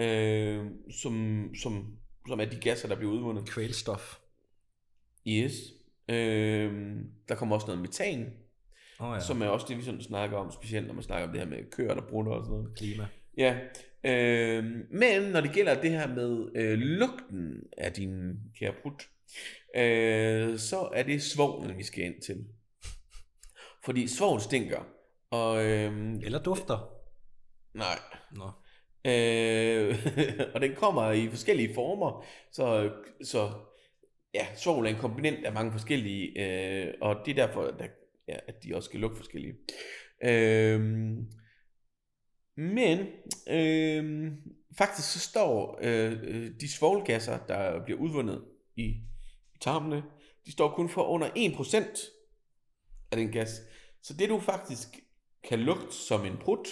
Speaker 2: øh, som, som, som er de gasser, der bliver udvundet.
Speaker 1: Kvælstof.
Speaker 2: Yes. Øhm, der kommer også noget metan,
Speaker 1: Åh oh,
Speaker 2: ja.
Speaker 1: ja.
Speaker 2: som er også det, vi sådan snakker om, specielt når man snakker om det her med køer, der brunder og sådan noget.
Speaker 1: klima.
Speaker 2: Ja. Øhm, men når det gælder det her med øh, lugten af din kære brud, øh, så er det svovlen, vi skal ind til. Fordi svovl stinker, og øhm,
Speaker 1: Eller dufter.
Speaker 2: nej,
Speaker 1: Nå.
Speaker 2: Øh, <laughs> og den kommer i forskellige former, så, så ja, svovl er en komponent af mange forskellige, øh, og det er derfor, at, ja, at de også skal lugte forskellige. Øh, men øh, faktisk så står øh, øh, de svovlgasser, der bliver udvundet i, i tarmene, de står kun for under 1% af den gas. Så det du faktisk kan lugte som en brud,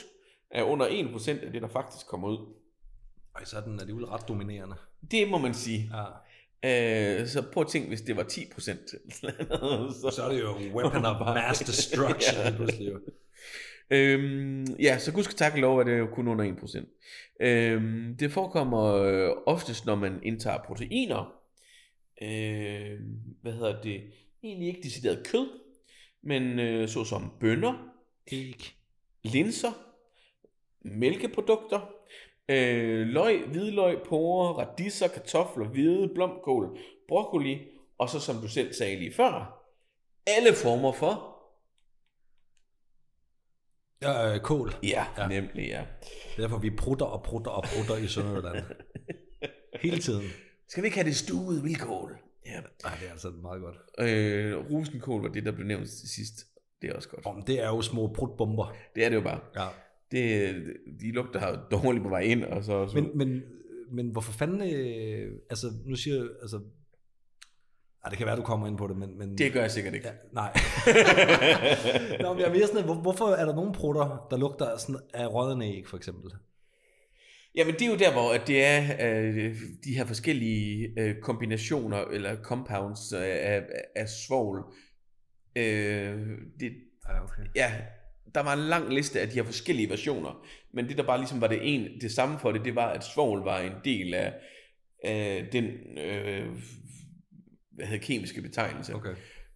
Speaker 2: er under 1% af det, der faktisk kommer ud.
Speaker 1: Ej, så er den alligevel ret dominerende.
Speaker 2: Det må man sige.
Speaker 1: Ja.
Speaker 2: Øh, så prøv at tænke, hvis det var 10%. så,
Speaker 1: Så er det jo weapon
Speaker 2: <laughs>
Speaker 1: of mass destruction.
Speaker 2: Ja.
Speaker 1: lige pludselig jo.
Speaker 2: Øhm, ja, så gud skal takke lov, at det er jo kun under 1%. Øhm, det forekommer øh, oftest, når man indtager proteiner. Øh, hvad hedder det? Egentlig ikke decideret kød, men øh, såsom bønner,
Speaker 1: Æg.
Speaker 2: linser, mælkeprodukter, øh, løg, hvidløg, porer, radiser, kartofler, hvide, blomkål, broccoli, og så som du selv sagde lige før, alle former for,
Speaker 1: Ja, øh, kål.
Speaker 2: ja,
Speaker 1: Ja.
Speaker 2: ja. nemlig ja.
Speaker 1: Derfor vi prutter og prutter og prutter i Sønderjylland. Hele tiden.
Speaker 2: Skal vi ikke have det stuede vildkål? Ja.
Speaker 1: Ej, det er altså meget godt.
Speaker 2: Øh, rosenkål var det, der blev nævnt til sidst. Det er også godt.
Speaker 1: Om det er jo små prutbomber.
Speaker 2: Det er det jo bare.
Speaker 1: Ja.
Speaker 2: Det, de lugter jo dårligt på vej ind, og så... så
Speaker 1: Men, men, men hvorfor fanden... Øh, altså, nu siger jeg, altså, Ej, det kan være, du kommer ind på det, men... men
Speaker 2: Det gør jeg sikkert ikke.
Speaker 1: Ja, nej. <laughs> Nå, men jeg er mere sådan, hvor, hvorfor er der nogle prutter, der lugter sådan af rådne æg, for eksempel?
Speaker 2: Jamen det er jo der, hvor at det er øh, de her forskellige øh, kombinationer eller compounds øh, af, af svovl. Øh, det,
Speaker 1: Ja, okay.
Speaker 2: ja, der var en lang liste af de her forskellige versioner, men det der bare ligesom var det, en, det samme for det, det var, at svovl var en del af øh, den øh, hvad hedder, kemiske betegnelse.
Speaker 1: okay.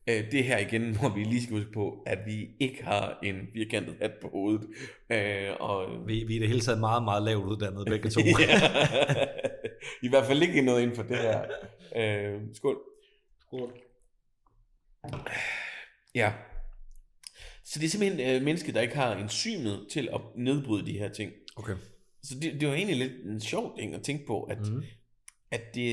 Speaker 2: Øh, det er her igen, hvor vi lige skal huske på, at vi ikke har en firkantet hat på hovedet. Øh, og
Speaker 1: Vi, vi er i det hele taget meget, meget lavt uddannet, begge to.
Speaker 2: <laughs> Ja. I hvert fald ikke noget inden for det her. Øh, skål. Skål. Ja. Så det er simpelthen øh, mennesket, der ikke har enzymet til at nedbryde de her ting.
Speaker 1: Okay.
Speaker 2: Så det, det var egentlig lidt en sjov ting at tænke på, at, mm. at det,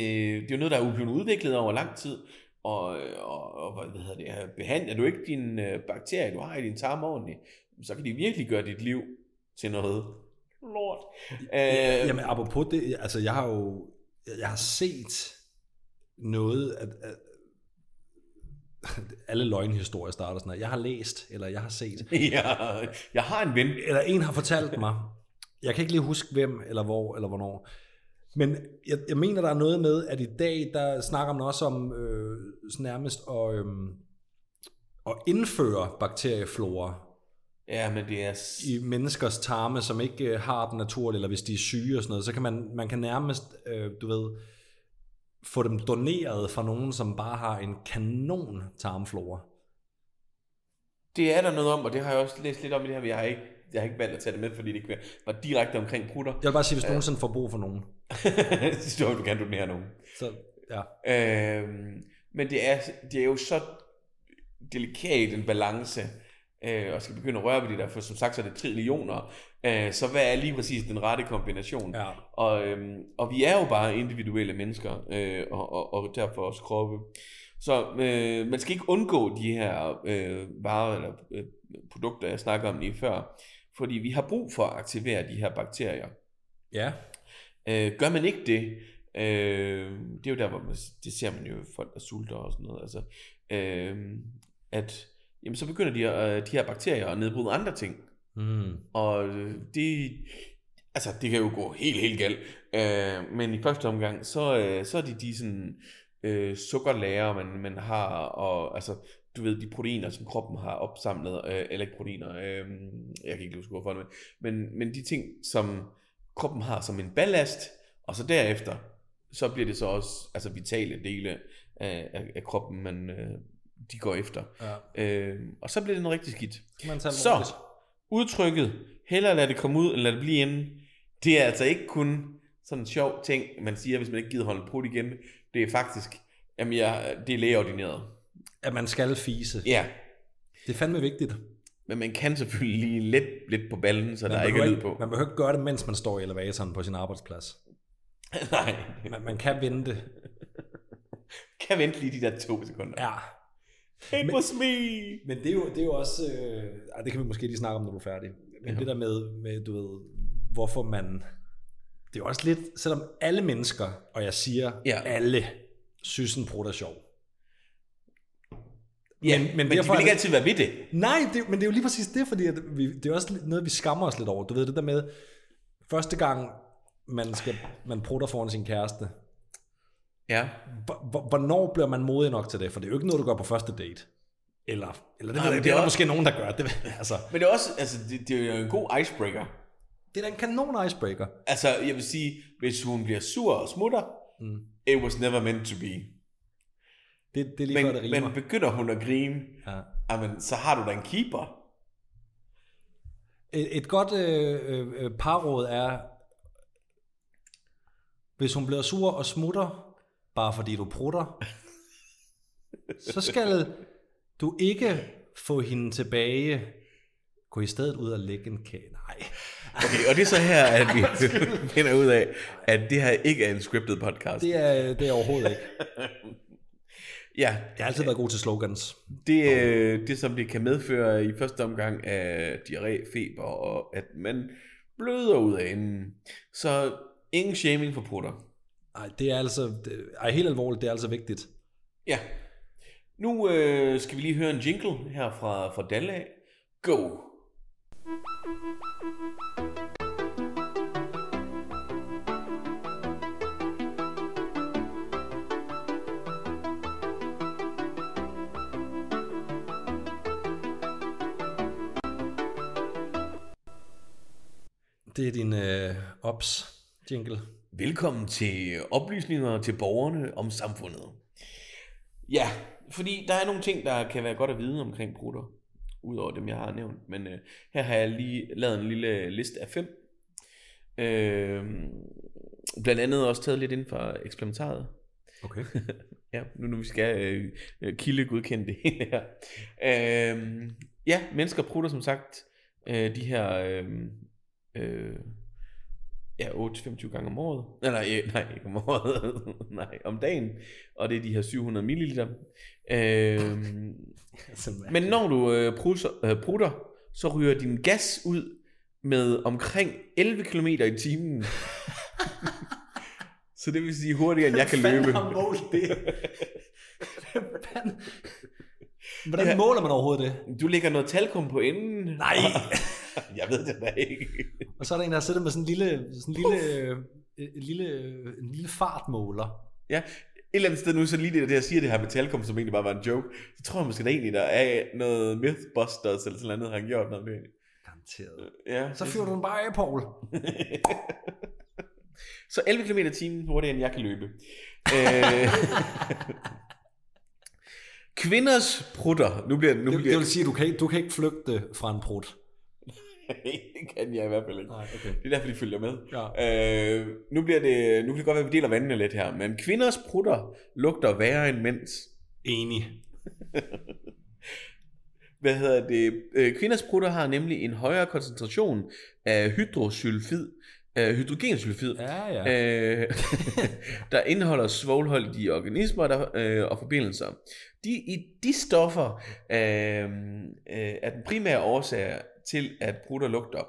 Speaker 2: det er jo noget, der er blevet udviklet over lang tid, og, og, og hvad- hvad hedder det, er behandler du ikke dine øh, bakterier, du har i din tarm ordentligt, så kan de virkelig gøre dit liv til noget lort. Øh,
Speaker 1: Jamen, apropos det, altså jeg har jo jeg har set noget, at, at alle løgnhistorier starter sådan her. Jeg har læst, eller jeg har set,
Speaker 2: <laughs> Ja, jeg har en ven.
Speaker 1: eller en har fortalt mig, jeg kan ikke lige huske hvem, eller hvor, eller hvornår, men jeg, jeg mener, der er noget med, at i dag, der snakker man også om øh, sådan nærmest at, øh, at indføre bakterieflora
Speaker 2: Ja, men det er... s-
Speaker 1: i menneskers tarme, som ikke øh, har den naturligt, eller hvis de er syge og sådan noget, så kan man, man kan nærmest, øh, du ved, få dem doneret fra nogen, som bare har en kanon tarmflora.
Speaker 2: Det er der noget om, og det har jeg også læst lidt om i det her, men jeg har ikke, jeg har ikke valgt at tage det med, fordi det ikke var direkte omkring prutter.
Speaker 1: Jeg vil bare sige, hvis ja. nogensinde får brug for nogen,
Speaker 2: <laughs> så tror jeg, du kan donere nogen.
Speaker 1: så ja.
Speaker 2: Øhm, men det er, det er jo så delikat en balance, øh, og skal begynde at røre ved det der, for som sagt så er det trillioner. Øh, så hvad er lige præcis den rette kombination?
Speaker 1: ja.
Speaker 2: Og, øhm, og vi er jo bare individuelle mennesker, øh, og, og, og derfor også kroppe. Så øh, man skal ikke undgå de her øh, varer eller øh, produkter, jeg snakker om lige før, fordi vi har brug for at aktivere de her bakterier.
Speaker 1: Ja,
Speaker 2: Øh, gør man ikke det, øh, det er jo der, hvor man, det ser man jo folk, der sulter og sådan noget, altså, øh, at jamen, så begynder de, at, øh, de her bakterier at nedbryde andre ting.
Speaker 1: mm.
Speaker 2: Og øh, det, altså, det kan jo gå helt, helt galt. Øh, men i første omgang, så, øh, så er det de sådan, øh, sukkerlager, man, man har, og altså, du ved, de proteiner, som kroppen har opsamlet, øh, eller ikke proteiner, øh, jeg kan ikke huske, hvorfor det men, men de ting, som kroppen har som en ballast, og så derefter, så bliver det så også altså, vitale dele af, af, af kroppen, man, øh, de går efter.
Speaker 1: ja.
Speaker 2: Øh, og så bliver det noget rigtig skidt.
Speaker 1: Kan man tage dem
Speaker 2: Så,
Speaker 1: ordentligt?
Speaker 2: udtrykket, hellere lade det komme ud, end lade det blive inde, det er altså ikke kun sådan en sjov ting, man siger, hvis man ikke gider holde en prut igen. Det er faktisk, jamen jeg, det er lægeordineret.
Speaker 1: At man skal fise. Ja.
Speaker 2: Ja,
Speaker 1: Det er fandme vigtigt.
Speaker 2: men man kan selvfølgelig lige lidt, lidt på ballen, så man der
Speaker 1: man
Speaker 2: ikke er
Speaker 1: behøver
Speaker 2: lyd på.
Speaker 1: Man behøver ikke gøre det, mens man står i elevatoren på sin arbejdsplads.
Speaker 2: <laughs> Nej,
Speaker 1: Man, man kan vente.
Speaker 2: kan vente lige de der to sekunder.
Speaker 1: Ja.
Speaker 2: It was me!
Speaker 1: Men det er jo, det er jo også... Øh, ej, det kan vi måske lige snakke om, når du er færdig. Men ja. det der med, med, du ved, hvorfor man... Det er jo også lidt, selvom alle mennesker, og jeg siger
Speaker 2: Ja.
Speaker 1: ja. alle, synes en prut er sjov.
Speaker 2: Ja,
Speaker 1: Men-
Speaker 2: men, men,
Speaker 1: men
Speaker 2: men de
Speaker 1: derfor
Speaker 2: vil
Speaker 1: er
Speaker 2: ikke
Speaker 1: det-
Speaker 2: altid være ved det.
Speaker 1: Nej, det, men det er jo lige præcis det, fordi at vi, det er også lidt noget, vi skammer os lidt over. Du ved, det der med, første gang man, skal, man prutter foran sin kæreste,
Speaker 2: Ja.
Speaker 1: Hvor- hvor- hvornår bliver man modig nok til det? For det er jo ikke noget, du gør på første date. Eller, eller det,
Speaker 2: Nej,
Speaker 1: Nej,
Speaker 2: men
Speaker 1: det,
Speaker 2: det
Speaker 1: det
Speaker 2: er
Speaker 1: er der
Speaker 2: også-
Speaker 1: måske nogen, der gør. Det, <laughs> altså,
Speaker 2: Men det er også, altså, det, det er jo en god icebreaker.
Speaker 1: det er da en kanon icebreaker.
Speaker 2: Altså, jeg vil sige, hvis hun bliver sur og smutter, mm. it was never meant to be.
Speaker 1: Det, det er lige men, før, det
Speaker 2: Men,
Speaker 1: rimer.
Speaker 2: men
Speaker 1: Men,
Speaker 2: begynder hun at grine,
Speaker 1: ja.
Speaker 2: jamen, så har du da en keeper.
Speaker 1: et, et godt øh, øh, øh, parråd er, hvis hun bliver sur og smutter, bare fordi du prutter, så skal du ikke få hende tilbage. Gå i stedet ud og lægge en kage. Nej.
Speaker 2: Okay, og det er så her, at vi <laughs> finder ud af, at det her ikke er en scripted podcast.
Speaker 1: Det er, det er overhovedet ikke.
Speaker 2: Ja,
Speaker 1: Jeg har altid været god til slogans.
Speaker 2: det, øh, det som det kan medføre i første omgang er diarré, feber og at man bløder ud af enden. Så ingen shaming for putter.
Speaker 1: Ej, det er altså, det, ej, helt alvorligt, det er altså vigtigt.
Speaker 2: Ja, Nu øh, skal vi lige høre en jingle her fra, fra Dalle. af. Go!
Speaker 1: Det er din øh, ops jingle.
Speaker 2: Velkommen til oplysninger til borgerne om samfundet. Ja, fordi der er nogle ting, der kan være godt at vide omkring brutter, udover dem, jeg har nævnt. Men øh, her har jeg lige lavet en lille liste af fem. Øh, blandt andet også taget lidt ind fra eksperimentaret.
Speaker 1: <laughs> Okay.
Speaker 2: Ja, nu når vi skal øh, øh, kildegodkende det hele her. Øh, ja, mennesker prutter som sagt øh, de her øh, øh, ja, 8-25 gange om året. Eller, øh, nej, ikke om året. <laughs> nej, om dagen. Og det er de her 700 milliliter. Øh, men når du øh, prusser, øh, prutter, så ryger din gas ud med omkring 11 km i timen. så det vil sige hurtigere, end jeg kan løbe.
Speaker 1: Hvem har målt
Speaker 2: <laughs>
Speaker 1: det? Hvem fanden- Hvordan måler man overhovedet det?
Speaker 2: Du lægger noget talkum på enden.
Speaker 1: Nej.
Speaker 2: <laughs> jeg ved det da ikke.
Speaker 1: Og så er der en, der sidder med sådan en lille, sådan en lille, øh, en lille, øh, en lille fartmåler.
Speaker 2: Ja, et eller andet sted nu, så lige det, der siger det her med talkum, som egentlig bare var en joke, så tror jeg måske der egentlig, der er noget Mythbusters eller sådan noget, han har gjort noget med.
Speaker 1: Garanteret.
Speaker 2: Ja,
Speaker 1: Så fyrer du den bare af, Paul.
Speaker 2: Så 11 km i timen hurtigere, end jeg kan løbe. <laughs> Øh, Kvinders prutter. Nu bliver nu
Speaker 1: Det,
Speaker 2: bliver,
Speaker 1: det vil sige, at du kan, ikke- du kan ikke flygte fra en prut.
Speaker 2: det kan jeg i hvert fald ikke.
Speaker 1: Nej, okay.
Speaker 2: Det er derfor, de følger med.
Speaker 1: Ja.
Speaker 2: Øh, nu, bliver det, nu kan det godt være, at vi deler vandene lidt her, men kvinders prutter lugter værre end mænds.
Speaker 1: Enig.
Speaker 2: Hvad hedder det? Øh, Kvinders prutter har nemlig en højere koncentration af hydrosulfid, øh, hydrogensulfid,
Speaker 1: Ja, ja.
Speaker 2: øh, <laughs> der indeholder svovlholdige organismer der, øh, og forbindelser. De, i, de stoffer øh, øh, er den primære årsag til, at prutter lugter.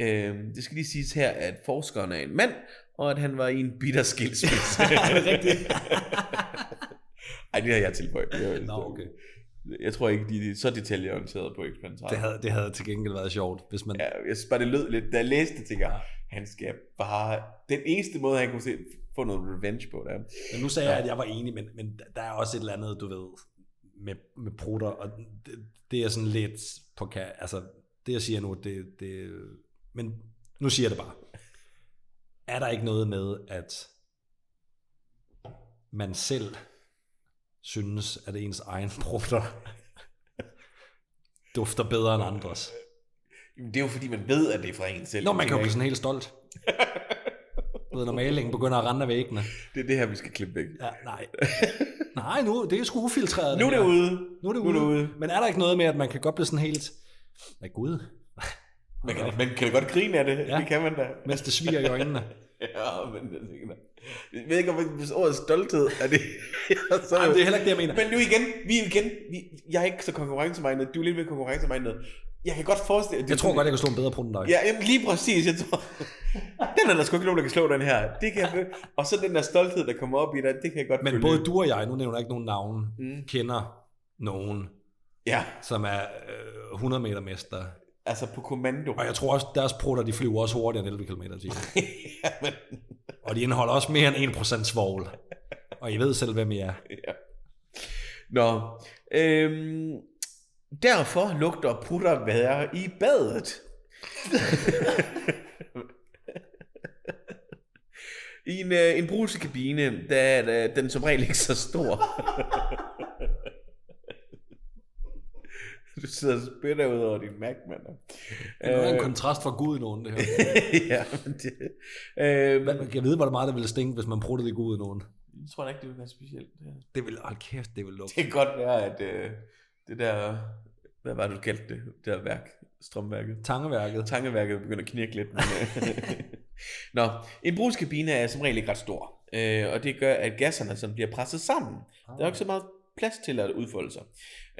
Speaker 2: Øh, det skal lige siges her, at forskeren er en mand, og at han var i en bitter skilsmisse.
Speaker 1: <laughs> <laughs> Er det
Speaker 2: <laughs>
Speaker 1: rigtigt?
Speaker 2: Ej, det har jeg tilføjet. Jeg,
Speaker 1: Nå, okay.
Speaker 2: jeg tror ikke, de er så detaljeorienterede på eksperimentaret.
Speaker 1: Det havde, det havde til gengæld været sjovt, hvis man...
Speaker 2: Ja, jeg synes bare, det lød lidt, da jeg læste det, tænker jeg, han skal bare... Den eneste måde, han kunne se, få noget revenge på, der.
Speaker 1: Men nu sagde jeg, at jeg var enig, men, men der er også et eller andet, du ved, med, med prutter, og det, det er sådan lidt på... ka- Altså, det jeg siger nu, det, det... Men nu siger jeg det bare. Er der ikke noget med, at man selv synes, at ens egen prutter <laughs> dufter bedre end andres?
Speaker 2: Jamen, det er jo fordi, man ved, at det er fra en selv.
Speaker 1: Nå, man kan
Speaker 2: Det
Speaker 1: jo blive
Speaker 2: er
Speaker 1: sådan helt stolt. Du ved, når malingen begynder at rende af væggene.
Speaker 2: ikke- Det er det her, vi skal klippe væk.
Speaker 1: Ja, nej. Nej, nu, det er sgu ufiltreret.
Speaker 2: Nu er
Speaker 1: her.
Speaker 2: det ude.
Speaker 1: Nu er det
Speaker 2: Nu er
Speaker 1: ude.
Speaker 2: det ude.
Speaker 1: Men er der ikke noget med, at man kan godt blive sådan helt... Nej, gud.
Speaker 2: Man kan, man kan da godt grine af det. Ja. Det kan man da. <laughs>
Speaker 1: Mens det sviger i øjnene.
Speaker 2: Ja, men jeg tænker, jeg ved ikke, om hvis ordet stolthed er det. <laughs> så
Speaker 1: Ej, men det er heller ikke det, jeg mener.
Speaker 2: Men nu igen, vi er igen, vi, jeg er ikke så konkurrencemindet, du er lidt mere konkurrencemindet. Jeg kan godt forestille...
Speaker 1: Jeg tror godt, jeg kan slå en bedre prut end dig.
Speaker 2: Ja, jamen lige præcis, jeg tror. <laughs> Den er der sgu ikke nogen, der kan slå den her. Det kan jeg, føl- og så den der stolthed, der kommer op i dig, det kan jeg godt
Speaker 1: Men
Speaker 2: følge.
Speaker 1: både du og jeg, nu nævner jeg ikke nogen navn,
Speaker 2: Mm.
Speaker 1: kender nogen,
Speaker 2: Ja,
Speaker 1: som er øh, 100 meter mester.
Speaker 2: altså på kommando.
Speaker 1: Og jeg tror også, deres prutter, de flyver også hurtigere end 11 km i
Speaker 2: <laughs>
Speaker 1: timen.
Speaker 2: Jamen,
Speaker 1: Og de indeholder også mere end 1% svovl. Og I ved selv, hvem I er.
Speaker 2: ja. Nå, øhm, derfor lugter putter værre i badet. <laughs> I en, øh, en brusekabine, der er der- den som regel ikke så stor. <laughs> du sidder og spytter ud over din Mac, mand. Øh,
Speaker 1: Det er noget af en kontrast fra gudenogen, det her.
Speaker 2: <laughs> ja, men det... Øh,
Speaker 1: Men man kan vide, hvor meget det ville stinke, hvis man pruttede i gudenogen.
Speaker 2: jeg tror da ikke, det vil være specielt. Det, her.
Speaker 1: Det vil, hold kæft, det vil lugte.
Speaker 2: det kan godt være, at øh, det der... Hvad var det, du kaldte det? Det der værk, strømværket.
Speaker 1: Tangeværket.
Speaker 2: Tankeværket begynder at knirke lidt. Men, øh. <laughs> Nå, en brugskabine er som regel ikke ret stor, øh, og det gør, at gasserne sådan bliver presset sammen. Der er jo ikke så meget plads til at udfolde sig.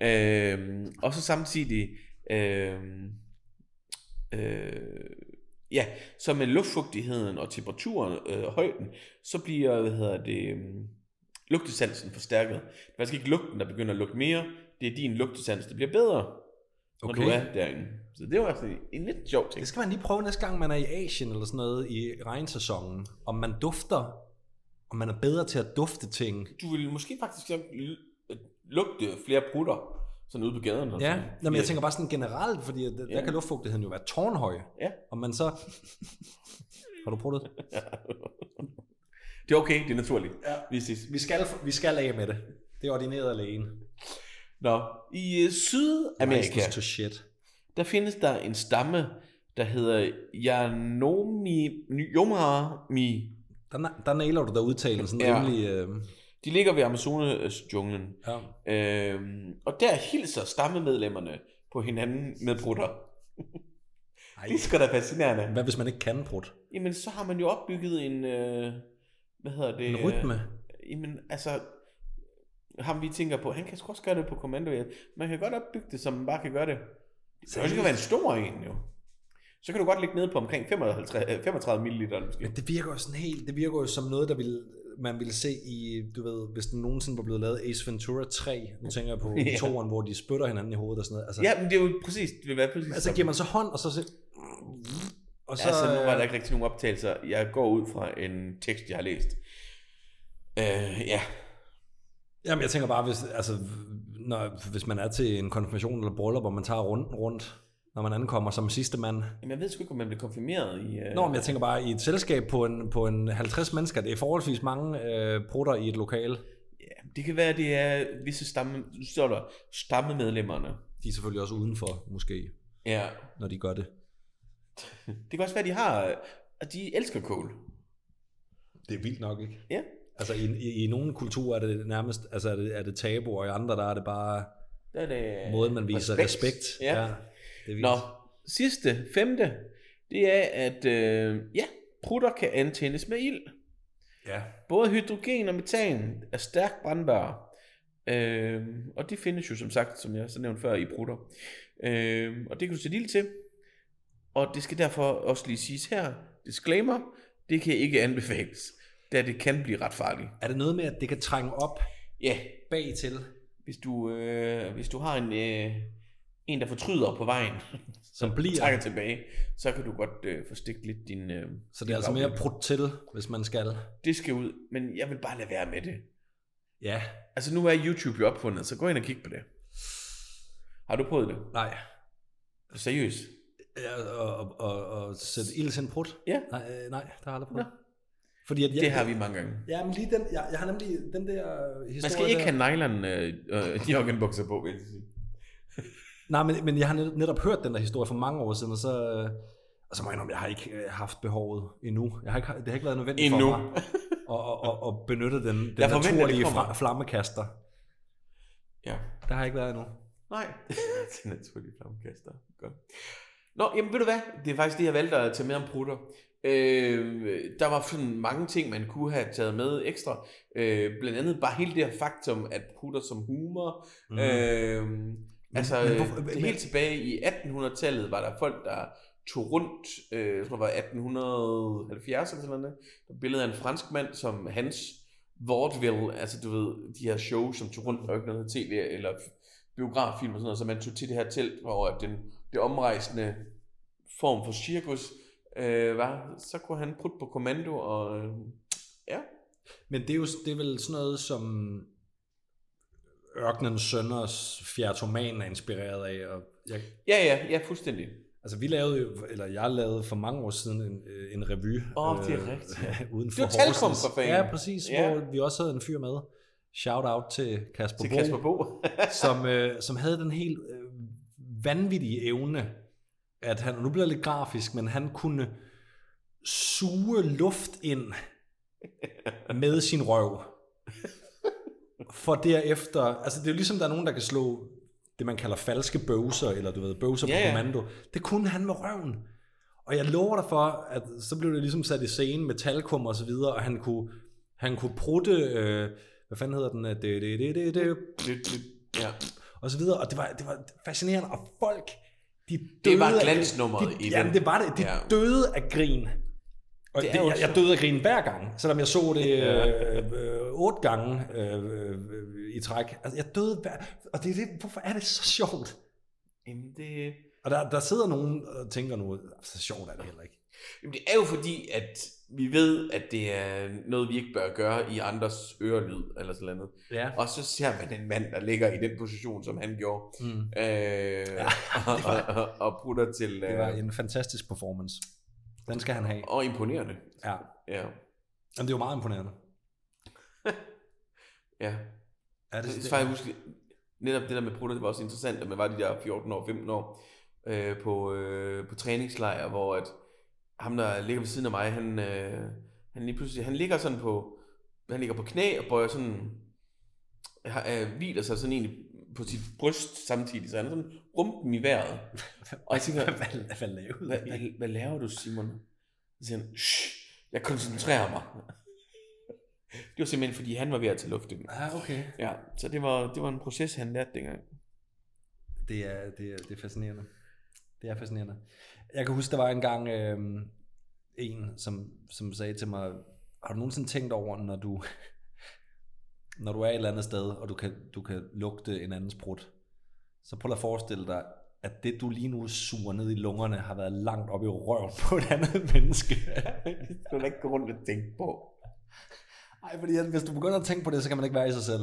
Speaker 2: Øh, og så samtidig, øh, øh, ja, så med luftfugtigheden og temperaturen, øh, højden, så bliver, hvad hedder det, lugtesansen forstærket. Det er faktisk ikke lugten, der begynder at lugte mere. Det er din lugtesans, der bliver bedre, okay. når
Speaker 1: Okay.
Speaker 2: du er derinde. Så det var altså en, en lidt sjov ting.
Speaker 1: Det skal man lige prøve næste gang, man er i Asien eller sådan noget i regnsæsonen. Om man dufter, om man er bedre til at dufte ting.
Speaker 2: Du vil måske faktisk l- lugte flere prutter, sådan ude på gaderne. og
Speaker 1: Ja,
Speaker 2: sådan.
Speaker 1: Nå, men jeg
Speaker 2: Fordi-
Speaker 1: tænker bare sådan generelt, fordi der, der
Speaker 2: Ja.
Speaker 1: kan luftfugtigheden jo være tårnhøj.
Speaker 2: Ja.
Speaker 1: Og man så... <laughs> Har du prøvet det?
Speaker 2: Det er okay, det er naturligt.
Speaker 1: Ja.
Speaker 2: Vi ses.
Speaker 1: Vi skal, vi skal af med det. Det er ordineret af lægen.
Speaker 2: Nå, i øh, Sydamerika,
Speaker 1: License to shit.
Speaker 2: der findes der en stamme, der hedder Yanomami Yomami.
Speaker 1: Der, na- der nailer du der udtalen sådan
Speaker 2: Ja.
Speaker 1: ja. rimelig... Øh,
Speaker 2: De ligger ved Amazonas-junglen.
Speaker 1: ja.
Speaker 2: Øhm, og der hilser stammemedlemmerne på hinanden med brutter.
Speaker 1: Ej,
Speaker 2: Det er sgu da fascinerende.
Speaker 1: hvad hvis man ikke kan brudt?
Speaker 2: Jamen, så har man jo opbygget en... Øh, hvad hedder det?
Speaker 1: En rytme.
Speaker 2: Øh, jamen, altså... Ham vi tænker på, han kan sgu også gøre det på kommando. ja. Man kan godt opbygge det, som man bare kan gøre det. Det kan jo være en stor en, jo. Så kan du godt ligge nede på omkring 55, øh, 35 ml måske.
Speaker 1: Men det virker jo sådan helt, det virker jo som noget, der ville, man ville se i, du ved, hvis den nogensinde var blevet lavet Ace Ventura 3, nu tænker jeg på
Speaker 2: Ja.
Speaker 1: yeah. toeren, hvor de spytter hinanden i hovedet og sådan noget. Altså,
Speaker 2: Ja, men det er jo præcis, det vil være præcis
Speaker 1: altså
Speaker 2: som-
Speaker 1: giver man så hånd, og så... så og så,
Speaker 2: altså, nu var der ikke rigtig nogen optagelser. Jeg går ud fra en tekst, jeg har læst. Øh, ja,
Speaker 1: Jamen, jeg tænker bare, hvis, altså, når, hvis man er til en konfirmation eller bryllup, og man tager runden rundt, når man ankommer som sidste mand.
Speaker 2: Jamen, jeg ved sgu ikke, om man blev konfirmeret i... Øh...
Speaker 1: Nå, men jeg tænker bare, i et selskab på en, på en 50 mennesker, det er forholdsvis mange øh, prutter i et lokale.
Speaker 2: ja, det kan være, det er visse stamme... Nu står der stammemedlemmerne.
Speaker 1: De er selvfølgelig også udenfor, måske,
Speaker 2: Ja.
Speaker 1: når de gør det.
Speaker 2: Det kan også være, de har... øh, At de elsker kål.
Speaker 1: Det er vildt nok, ikke?
Speaker 2: Ja.
Speaker 1: Altså i, i, i nogle kulturer er det nærmest altså er det, er det tabu, og i andre der er det bare
Speaker 2: Der er det...
Speaker 1: måden, man viser respekt. respekt.
Speaker 2: øh, Ja. ja.
Speaker 1: det er vildt.
Speaker 2: Nå, sidste, femte, det er, at øh, ja, prutter kan antændes med ild.
Speaker 1: Ja.
Speaker 2: Både hydrogen og metan er stærkt brandbare. Øh, og det findes jo som sagt, som jeg så nævnte før, i brutter. Øh, og det kan du sætte ild til. Og det skal derfor også lige siges her, disclaimer, det kan ikke anbefales, da det kan blive ret farligt.
Speaker 1: Er det noget med, at det kan trænge op
Speaker 2: Ja,
Speaker 1: bag til,
Speaker 2: hvis du, øh, hvis du har en, øh, en, der fortryder på vejen,
Speaker 1: som bliver?
Speaker 2: takker tilbage, så kan du godt øh, få stikket lidt din... Øh,
Speaker 1: Så det
Speaker 2: din
Speaker 1: er altså mere
Speaker 2: bagdel.
Speaker 1: brudt til, hvis man skal.
Speaker 2: Det skal ud, men jeg vil bare lade være med det.
Speaker 1: Ja,
Speaker 2: Altså nu er YouTube jo opfundet, så gå ind og kig på det. Har du prøvet det?
Speaker 1: nej.
Speaker 2: Seriøst?
Speaker 1: Ja, og, og, og, og sætte ild til en brud?
Speaker 2: Ja.
Speaker 1: Nej, øh, nej, det har jeg aldrig
Speaker 2: Nå.
Speaker 1: prøvet. Fordi at jeg,
Speaker 2: Det har vi mange gange.
Speaker 1: Ja, men lige den, jeg, jeg har nemlig den der øh, historie
Speaker 2: Man skal ikke
Speaker 1: der.
Speaker 2: have nylon øh, øh, joggenbukser på, vil jeg sige.
Speaker 1: Nej, men, men jeg har net- netop hørt den der historie for mange år siden, og så, øh, og så må jeg indrømme, jeg har ikke øh, haft behovet endnu. Jeg har ikke, det har ikke været nødvendigt
Speaker 2: Endnu.
Speaker 1: for mig at, at, at, at benytte den, den
Speaker 2: Jeg forventer, det
Speaker 1: naturlige
Speaker 2: kommer.
Speaker 1: fra, flammekaster.
Speaker 2: Ja.
Speaker 1: Der har jeg ikke været endnu.
Speaker 2: Nej. <laughs> det er naturlige flammekaster. Godt. Nå, jamen ved du hvad? Det er faktisk det, jeg valgte at tage med om prutter. Øh, der var sådan mange ting, man kunne have taget med ekstra. Øh, blandt andet bare hele det her faktum, at prutter som humor. Mm.
Speaker 1: Mhm.
Speaker 2: Øh, altså,
Speaker 1: men
Speaker 2: men,
Speaker 1: hvorfor-
Speaker 2: det
Speaker 1: men-
Speaker 2: helt tilbage i 1800-tallet var der folk, der tog rundt, øh, jeg tror det var 1870 eller sådan noget, der billede af en fransk mand, som hans vaudeville, altså du ved, de her shows, som tog rundt, der var ikke noget der hed tv eller biograffilm og sådan noget, så man tog til det her telt, hvor at den, det omrejsende form for cirkus øh, var, så kunne han putte på kommando, og øh, ja,
Speaker 1: Men det er jo det er vel sådan noget, som Ørkenens Sønders Fjertoman er inspireret af. Og jeg,
Speaker 2: ja, ja, ja, fuldstændig.
Speaker 1: altså vi lavede jo, eller jeg lavede for mange år siden en, øh, en revy. øh,
Speaker 2: Åh, det er rigtigt,
Speaker 1: <laughs> uden for
Speaker 2: Det var Talkom
Speaker 1: Horsens.
Speaker 2: for fanden.
Speaker 1: Ja, præcis,
Speaker 2: Ja.
Speaker 1: ja. hvor vi også havde en fyr med. Shout out til Kasper
Speaker 2: Til
Speaker 1: Bo.
Speaker 2: Kasper Bo. <laughs>
Speaker 1: som, øh, som havde den helt øh, vanvittige evne, at han, og nu bliver jeg lidt grafisk, men han kunne suge luft ind med sin røv. For derefter, altså det er jo ligesom, der er nogen, der kan slå det, man kalder falske bøvser, eller du ved, bøvser
Speaker 2: Ja,
Speaker 1: ja,
Speaker 2: ja.
Speaker 1: på kommando. Det kunne han med røven. Og jeg lover dig for, at så blev det ligesom sat i scene med talkum og så videre, og han kunne, han kunne prutte, øh, hvad fanden hedder den, øh, det, det, det, det, det,
Speaker 2: Lidt, lidt, ja.
Speaker 1: og så videre, og det var, det var fascinerende, og folk, de døde
Speaker 2: var
Speaker 1: af-
Speaker 2: glansnummeret
Speaker 1: de,
Speaker 2: i
Speaker 1: ja,
Speaker 2: den.
Speaker 1: det var det, de
Speaker 2: Ja.
Speaker 1: ja. døde af grin. Og
Speaker 2: Det
Speaker 1: det
Speaker 2: er jo
Speaker 1: jeg, jeg
Speaker 2: så-
Speaker 1: døde af grin hver gang, selvom jeg så det øh, øh, otte gange øh, øh, i træk. Altså, jeg døde hver... Og det er det, hvorfor er det så sjovt?
Speaker 2: Jamen, det...
Speaker 1: Og der, der sidder nogen og tænker nu, så sjovt er det heller ikke.
Speaker 2: Jamen, det er jo fordi, at vi ved, at det er noget, vi ikke bør gøre i andres ørelyd, eller sådan noget.
Speaker 1: Ja.
Speaker 2: Og så ser man en mand, der ligger i den position, som han gjorde,
Speaker 1: Mm.
Speaker 2: øh,
Speaker 1: <laughs>
Speaker 2: og, og, og putter til...
Speaker 1: Det var
Speaker 2: Øh,
Speaker 1: en fantastisk performance. Den skal han have.
Speaker 2: og imponerende.
Speaker 1: Ja.
Speaker 2: Ja.
Speaker 1: Jamen, det er jo meget imponerende.
Speaker 2: ja.
Speaker 1: Ja, det,
Speaker 2: Jeg
Speaker 1: det,
Speaker 2: skal faktisk huske, netop det der med prutter, det var også interessant, at man var de der 14 år, 15 år, øh, på, øh, på træningslejr, hvor at ham, der ligger ved siden af mig, han, øh, han lige pludselig, han ligger sådan på, han ligger på knæ og bøjer sådan, har- øh, hviler sig sådan egentlig på sit bryst samtidig, så han er sådan rumpen i
Speaker 1: <laughs>
Speaker 2: vejret. Og jeg tænker,
Speaker 1: <laughs> hvad, hvad lavede
Speaker 2: hvad,
Speaker 1: jeg?
Speaker 2: hvad, hvad laver du, Simon? Så siger han, Shh, jeg koncentrerer mig. Det var simpelthen, fordi han var ved at tage luft i den.
Speaker 1: Ah, okay.
Speaker 2: Ja, så det var, det var en proces, han lærte dengang.
Speaker 1: Det er, det, er, det er fascinerende. Det er fascinerende. Jeg kan huske, der var engang øh, en, som, som sagde til mig, har du nogensinde tænkt over, når du, <laughs> når du er et eller andet sted, og du kan, du kan lugte en andens brud, så prøv lige at forestille dig, at det, du lige nu suger ned i lungerne, har været langt op i røven på et andet <laughs> menneske.
Speaker 2: det skal du ikke gå rundt og tænke på.
Speaker 1: Ej, fordi at hvis du begynder at tænke på det, så kan man ikke være i sig selv.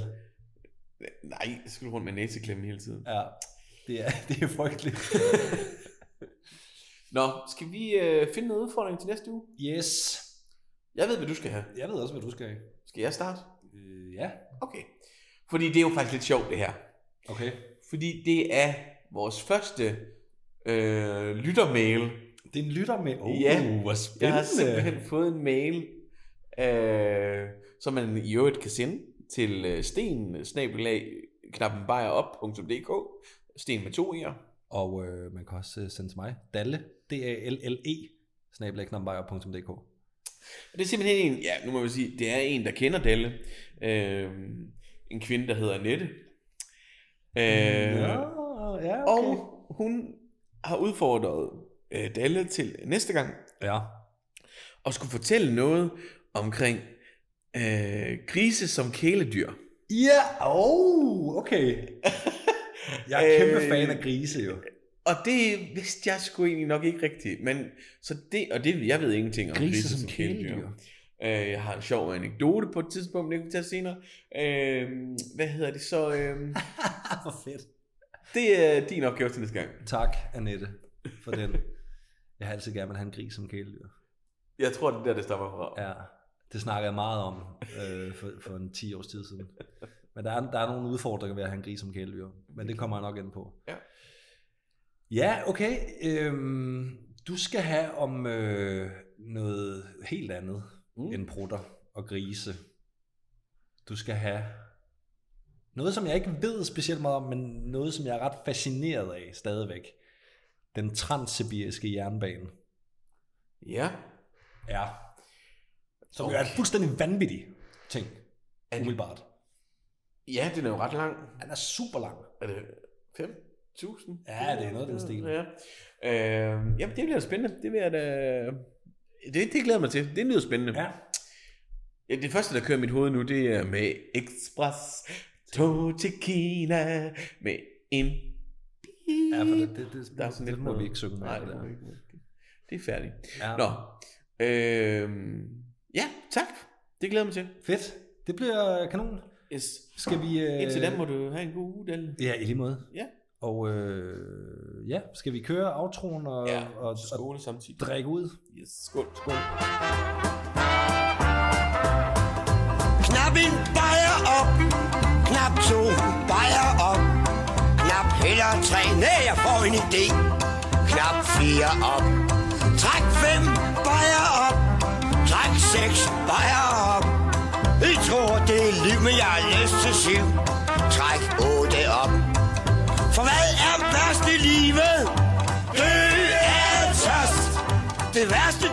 Speaker 2: Nej, så skal du rundt med næseklemmen hele tiden.
Speaker 1: Ja, det er, <laughs> det er frygteligt.
Speaker 2: Nå, skal vi øh, finde en udfordring til næste uge?
Speaker 1: Yes.
Speaker 2: Jeg ved, hvad du skal have.
Speaker 1: Jeg ved også, hvad du skal have.
Speaker 2: Skal jeg starte?
Speaker 1: Øh, ja.
Speaker 2: Okay. Fordi det er jo faktisk lidt sjovt, det her.
Speaker 1: Okay.
Speaker 2: Fordi det er vores første øh, lyttermail.
Speaker 1: Det er en lytter med. Oh,
Speaker 2: Ja.
Speaker 1: hvor
Speaker 2: Jeg har
Speaker 1: spændende.
Speaker 2: simpelthen fået en mail, øh, som man i øvrigt kan sende til øh, sten, snabelag, knappenbajerop.dk, sten med to i'er.
Speaker 1: Og øh, man kan også øh, sende til mig. Dalle, D-A-L-L-E, snabelagknappejer.dk.
Speaker 2: Det er simpelthen en, ja, nu må vi sige, det er en, der kender Dalle. Øh, en kvinde, der hedder Annette. Øh,
Speaker 1: Ja, ja,
Speaker 2: Og hun har udfordret øh, Dalle til næste gang
Speaker 1: Ja.
Speaker 2: at skulle fortælle noget omkring øh, grise som kæledyr.
Speaker 1: Ja, oh, okay. Jeg er kæmpe
Speaker 2: Øh.
Speaker 1: fan af grise jo.
Speaker 2: Og det vidste jeg sgu egentlig nok ikke rigtigt. Men, så det, og det, jeg ved ingenting om
Speaker 1: Grise som kæledyr.
Speaker 2: Øh, jeg har en sjov anekdote på et tidspunkt, det kan vi tage senere. Øh, hvad hedder det så? Øh,
Speaker 1: Ah, hvor fedt.
Speaker 2: det er din opgave til næste gang.
Speaker 1: Tak, Annette, for den. Jeg har altid gerne vil have en gris som kæledyr.
Speaker 2: Jeg tror, det er der, det stammer fra.
Speaker 1: Ja, det snakkede jeg meget om øh, for, for en 10 års tid siden. Men der er, der er nogle udfordringer ved at have en gris som kæledyr, men det kommer jeg nok ind på.
Speaker 2: Ja.
Speaker 1: Ja, okay. Øhm, du skal have om øh, noget helt andet mm.
Speaker 2: Mm.
Speaker 1: end prutter og grise. Du skal have noget, som jeg ikke ved specielt meget om, men noget, som jeg er ret fascineret af stadigvæk. Den transsibiriske jernbane.
Speaker 2: Ja.
Speaker 1: Ja. Som okay. jo er en fuldstændig vanvittig ting,
Speaker 2: Er det,
Speaker 1: umiddelbart.
Speaker 2: ja, den er jo ret lang.
Speaker 1: Han er super lang.
Speaker 2: Er det 5.000?
Speaker 1: Ja, det er noget af den stil.
Speaker 2: Ja. Øh, jamen, det bliver da spændende. Det vil jeg da... Det, det glæder jeg mig til. Det lyder spændende.
Speaker 1: Ja.
Speaker 2: Ja, det første, der kører i mit hoved nu, det er med Express tog til Kina med en
Speaker 1: Ja, for det, det, det,
Speaker 2: Der er
Speaker 1: det,
Speaker 2: sådan
Speaker 1: det
Speaker 2: lidt
Speaker 1: må
Speaker 2: noget-
Speaker 1: vi ikke synge med.
Speaker 2: Nej,
Speaker 1: det
Speaker 2: det,
Speaker 1: der.
Speaker 2: må vi ikke. Det- det er færdigt.
Speaker 1: Ja.
Speaker 2: Nå. Øhm, ja, tak. Det glæder jeg mig til.
Speaker 1: Fedt. Det bliver kanon.
Speaker 2: Yes.
Speaker 1: Skal vi... Øh...
Speaker 2: Indtil da må du have en god uge, Dalle.
Speaker 1: Ja, i lige måde.
Speaker 2: Ja.
Speaker 1: Og øh, ja, skal vi køre aftroen og,
Speaker 2: Ja,
Speaker 1: og, og
Speaker 2: skål samtidig.
Speaker 1: drikke ud?
Speaker 2: Yes, skål. skål.
Speaker 3: Knap en bajer op, knap to bajer op, knap heller tre, nej jeg får en idé. Knap fire op, træk fem bajer op, træk seks bajer op. I tror det er liv, men jeg har lyst til syv. Træk otte op. For hvad er værst i livet? Det er tørst. Det værste er